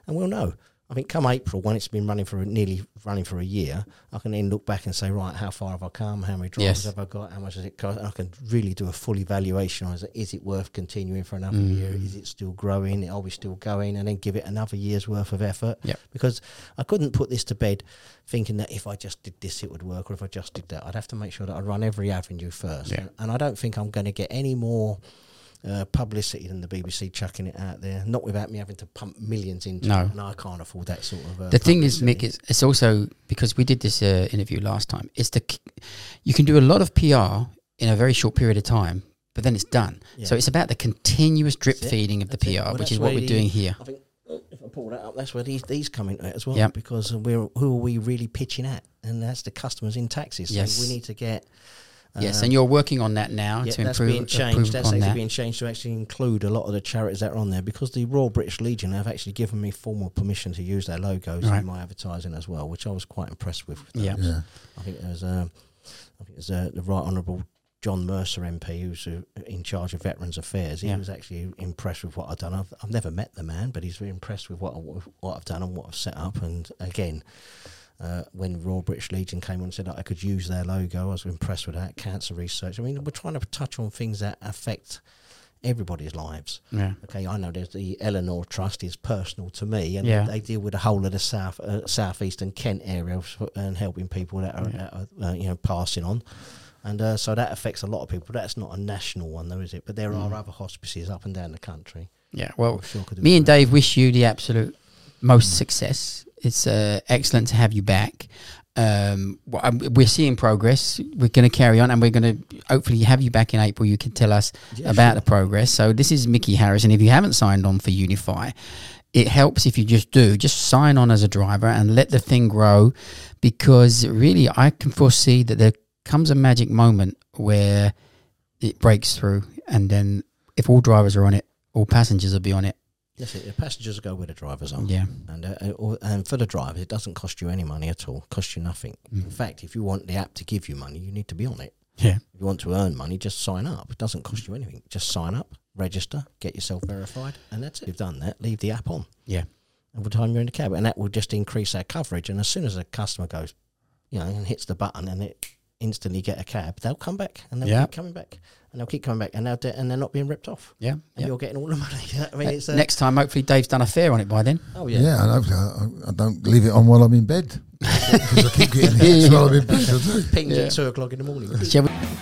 and we'll know. I think come April, when it's been running for nearly running for a year, I can then look back and say, right, how far have I come? How many Yes. drivers have I got? How much does it cost? And I can really do a full evaluation on is it, is it worth continuing for another year? Mm. Is it still growing? Are we still going? And then give it another year's worth of effort Yep. because I couldn't put this to bed thinking that if I just did this, it would work, or if I just did that, I'd have to make sure that I run every avenue first. Yeah. And, and I don't think I'm going to get any more uh, publicity than the BBC chucking it out there, not without me having to pump millions into No. it. And I can't afford that sort of. Uh, the thing is, Mick, publicity. it's, it's also because we did this uh, interview last time. It's the c- you can do a lot of PR in a very short period of time, but then it's done. So Yeah. it's about the continuous drip That's it. feeding of the That's it. PR, Well, which that's is what where we're the- doing here. I think uh, if I pull that up, that's where these these come into it as well. Yep. Because we're who are we really pitching at, and that's the customers in taxis. So Yes. we need to get. yes, um, and you're working on that now Yeah, to that's improve, being changed. improve That's upon actually that. being changed to actually include a lot of the charities that are on there because the Royal British Legion have actually given me formal permission to use their logos Right. in my advertising as well, which I was quite impressed with. Yeah. Yeah. I think there's um, I think there's uh, the Right Honourable John Mercer MP, who's uh, in charge of Veterans Affairs. He Yeah. was actually impressed with what I've done. I've, I've never met the man, but he's very impressed with what I, what I've done and what I've set up. And again. Uh, when Royal British Legion came on and said that I could use their logo, I was impressed with that. Cancer research. I mean, we're trying to touch on things that affect everybody's lives. yeah. Okay, I know there's the Eleanor Trust is personal to me, and Yeah. they deal with the whole of the south, uh, southeast and Kent area f- and helping people that are, Yeah. that are, uh, you know passing on, and uh, so that affects a lot of people. That's not a national one though, is it? But there are other hospices up and down the country. Yeah. Well, I'm sure could do Mm. Oh. me and better. Dave wish you the absolute most success. It's uh, excellent to have you back. Um, w- um, we're seeing progress. We're going to carry on, and we're going to hopefully have you back in April. You can tell us Yeah, about sure. the progress. So this is Mickey Harris, and if you haven't signed on for Unify, it helps if you just do just sign on as a driver and let the thing grow, because really I can foresee that there comes a magic moment where it breaks through, and then if all drivers are on it, all passengers will be on it. That's it. The passengers go where the drivers are. Yeah. And, uh, or, and for the drivers, it doesn't cost you any money at all. Costs you nothing. In fact, if you want the app to give you money, you need to be on it. Mm. Yeah. If you want to earn money, just sign up. It doesn't cost you anything. Just sign up. register, get yourself verified, and that's it. You've done that. Leave the app on Yeah. every time you're in the cab, and that will just increase our coverage. And as soon as a customer goes, you know, and hits the button, and it instantly get a cab, they'll come back, and they'll Yeah. keep coming back, and they'll keep coming back, and they'll do, and they're not being ripped off. Yeah. And yeah. you're getting all the money. I mean, it's uh, Next time, hopefully, Dave's done a fair on it by then. Oh Yeah, yeah. and hopefully I, I don't leave it on while I'm in bed because I keep getting hits while I'm in bed. I do. Pings Yeah. at two o'clock in the morning. Shall we?